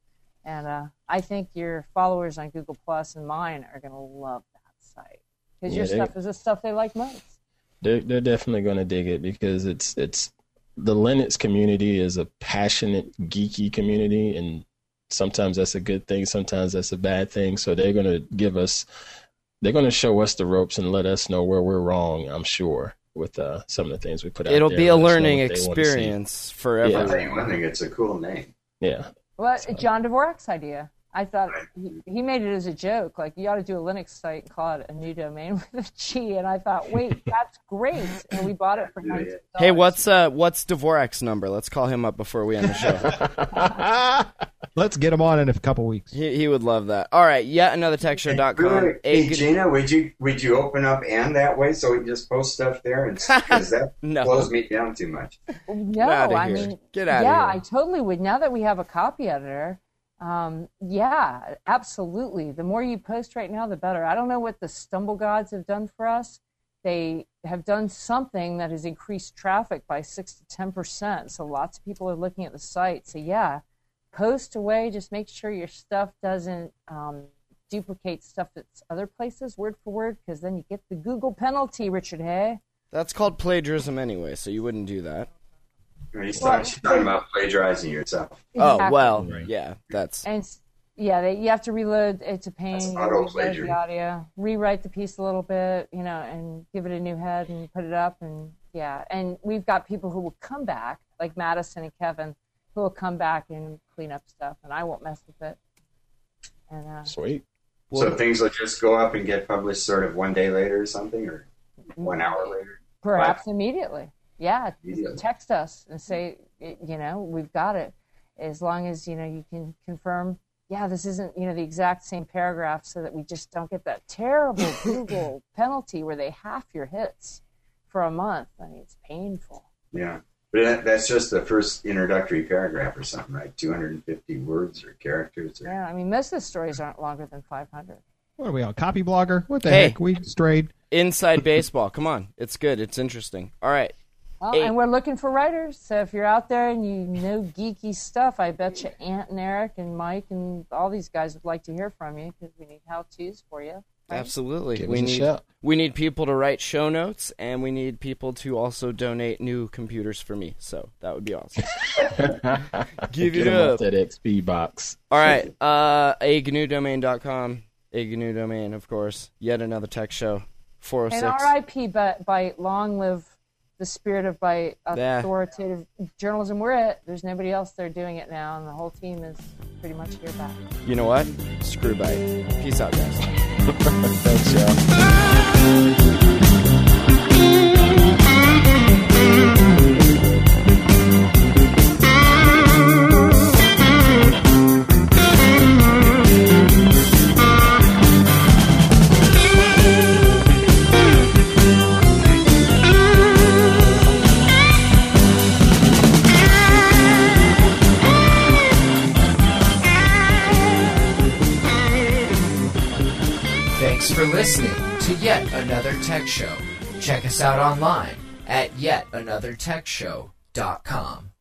Speaker 3: And uh, I think your followers on Google Plus and mine are gonna love that site because your
Speaker 4: Yeah, they-
Speaker 3: stuff is the stuff they like most.
Speaker 4: They're, they're definitely going to dig it because it's it's the Linux community is a passionate, geeky community, and sometimes that's a good thing, sometimes that's a bad thing. So they're going to give us, they're going to show us the ropes and let us know where we're wrong. I'm sure with uh, some of the things we put out.
Speaker 1: It'll
Speaker 4: there,
Speaker 1: be a
Speaker 4: let us know
Speaker 1: learning
Speaker 4: what they want to see.
Speaker 1: experience for
Speaker 4: Yeah.
Speaker 5: I
Speaker 1: everyone.
Speaker 5: think one thing? It's a cool name.
Speaker 4: Yeah,
Speaker 3: Well,
Speaker 4: So-
Speaker 3: John Dvorak's idea. I thought he, he made it as a joke, like you ought to do a Linux site and call it a new domain with a G. And I thought, wait, that's great. And we bought it for
Speaker 5: Yeah, yeah.
Speaker 3: $19.
Speaker 1: Hey, what's uh, what's Dvorak's number? Let's call him up before we end the show.
Speaker 6: Let's get him on in a couple weeks.
Speaker 1: he, he would love that. All right, yet another texture.com.
Speaker 5: Really? Hey, Gina, would you would you open up and that way so we can just post stuff there? And because that
Speaker 1: No.
Speaker 5: slows me down too much.
Speaker 3: No,
Speaker 1: outta
Speaker 3: I
Speaker 1: here.
Speaker 3: mean,
Speaker 1: Get outta
Speaker 3: yeah,
Speaker 1: here.
Speaker 3: I totally would. Now that we have a copy editor, um, yeah, absolutely. The more you post right now, the better. I don't know what the stumble gods have done for us. They have done something that has increased traffic by six to ten percent. So lots of people are looking at the site. So yeah, post away. Just make sure your stuff doesn't um, duplicate stuff that's other places, word for word, because then you get the Google penalty, Richard. Hey.
Speaker 1: That's called plagiarism anyway, so you wouldn't do that.
Speaker 5: I mean, He's talking, she's talking about plagiarizing yourself.
Speaker 1: Oh,
Speaker 3: Exactly.
Speaker 1: well, yeah, that's
Speaker 3: And s- yeah, they, you have to reload. It's a pain.
Speaker 5: That's
Speaker 3: you
Speaker 5: auto
Speaker 3: reload
Speaker 5: plagiarism.
Speaker 3: the audio, rewrite the piece a little bit, you know, and give it a new head and put it up. And yeah, and we've got people who will come back, like Madison and Kevin, who will come back and clean up stuff, and I won't mess with it. And uh,
Speaker 4: sweet.
Speaker 5: so things will just go up and get published sort of one day later or something, or one hour later.
Speaker 3: perhaps immediately, yeah,
Speaker 5: Immediately.
Speaker 3: text us and say, y- you know, we've got it, as long as you know you can confirm. Yeah, this isn't you know the exact same paragraph, so that we just don't get that terrible Google penalty where they half your hits for a month. I mean, it's painful.
Speaker 5: Yeah. But that, that's just the first introductory paragraph or something, right? 250 words or characters. Or,
Speaker 3: Yeah, I mean, most of the stories aren't longer than 500.
Speaker 6: What are we on? Copy blogger? What the
Speaker 1: Hey.
Speaker 6: heck? We strayed.
Speaker 1: inside baseball. Come on, it's good, it's interesting. All right,
Speaker 3: Well,
Speaker 1: Eight.
Speaker 3: and we're looking for writers, so if you're out there and you know geeky stuff, I bet you Aunt and Eric and Mike and all these guys would like to hear from you because we need how tos for you.
Speaker 1: Absolutely.
Speaker 4: Give
Speaker 1: we
Speaker 4: us a
Speaker 1: need
Speaker 4: shout.
Speaker 1: we need people to write show notes and we need people to also donate new computers for me. So that would be awesome. Give it
Speaker 4: Get 'em off
Speaker 1: up.
Speaker 4: that XP box.
Speaker 1: All right. Uh agnudomain.com. Agnu domain, of course. Yet another tech show.
Speaker 3: And
Speaker 1: 406.
Speaker 3: RIP, but by long live the spirit of by
Speaker 1: Yeah.
Speaker 3: authoritative journalism. We're it. There's nobody else there doing it now, and the whole team is pretty much here back.
Speaker 1: You know what? Screw bite. Peace out, guys.
Speaker 4: Thanks, y'all.
Speaker 9: Thanks for listening to yet another tech show. Check us out online at yetanothertechshow.com.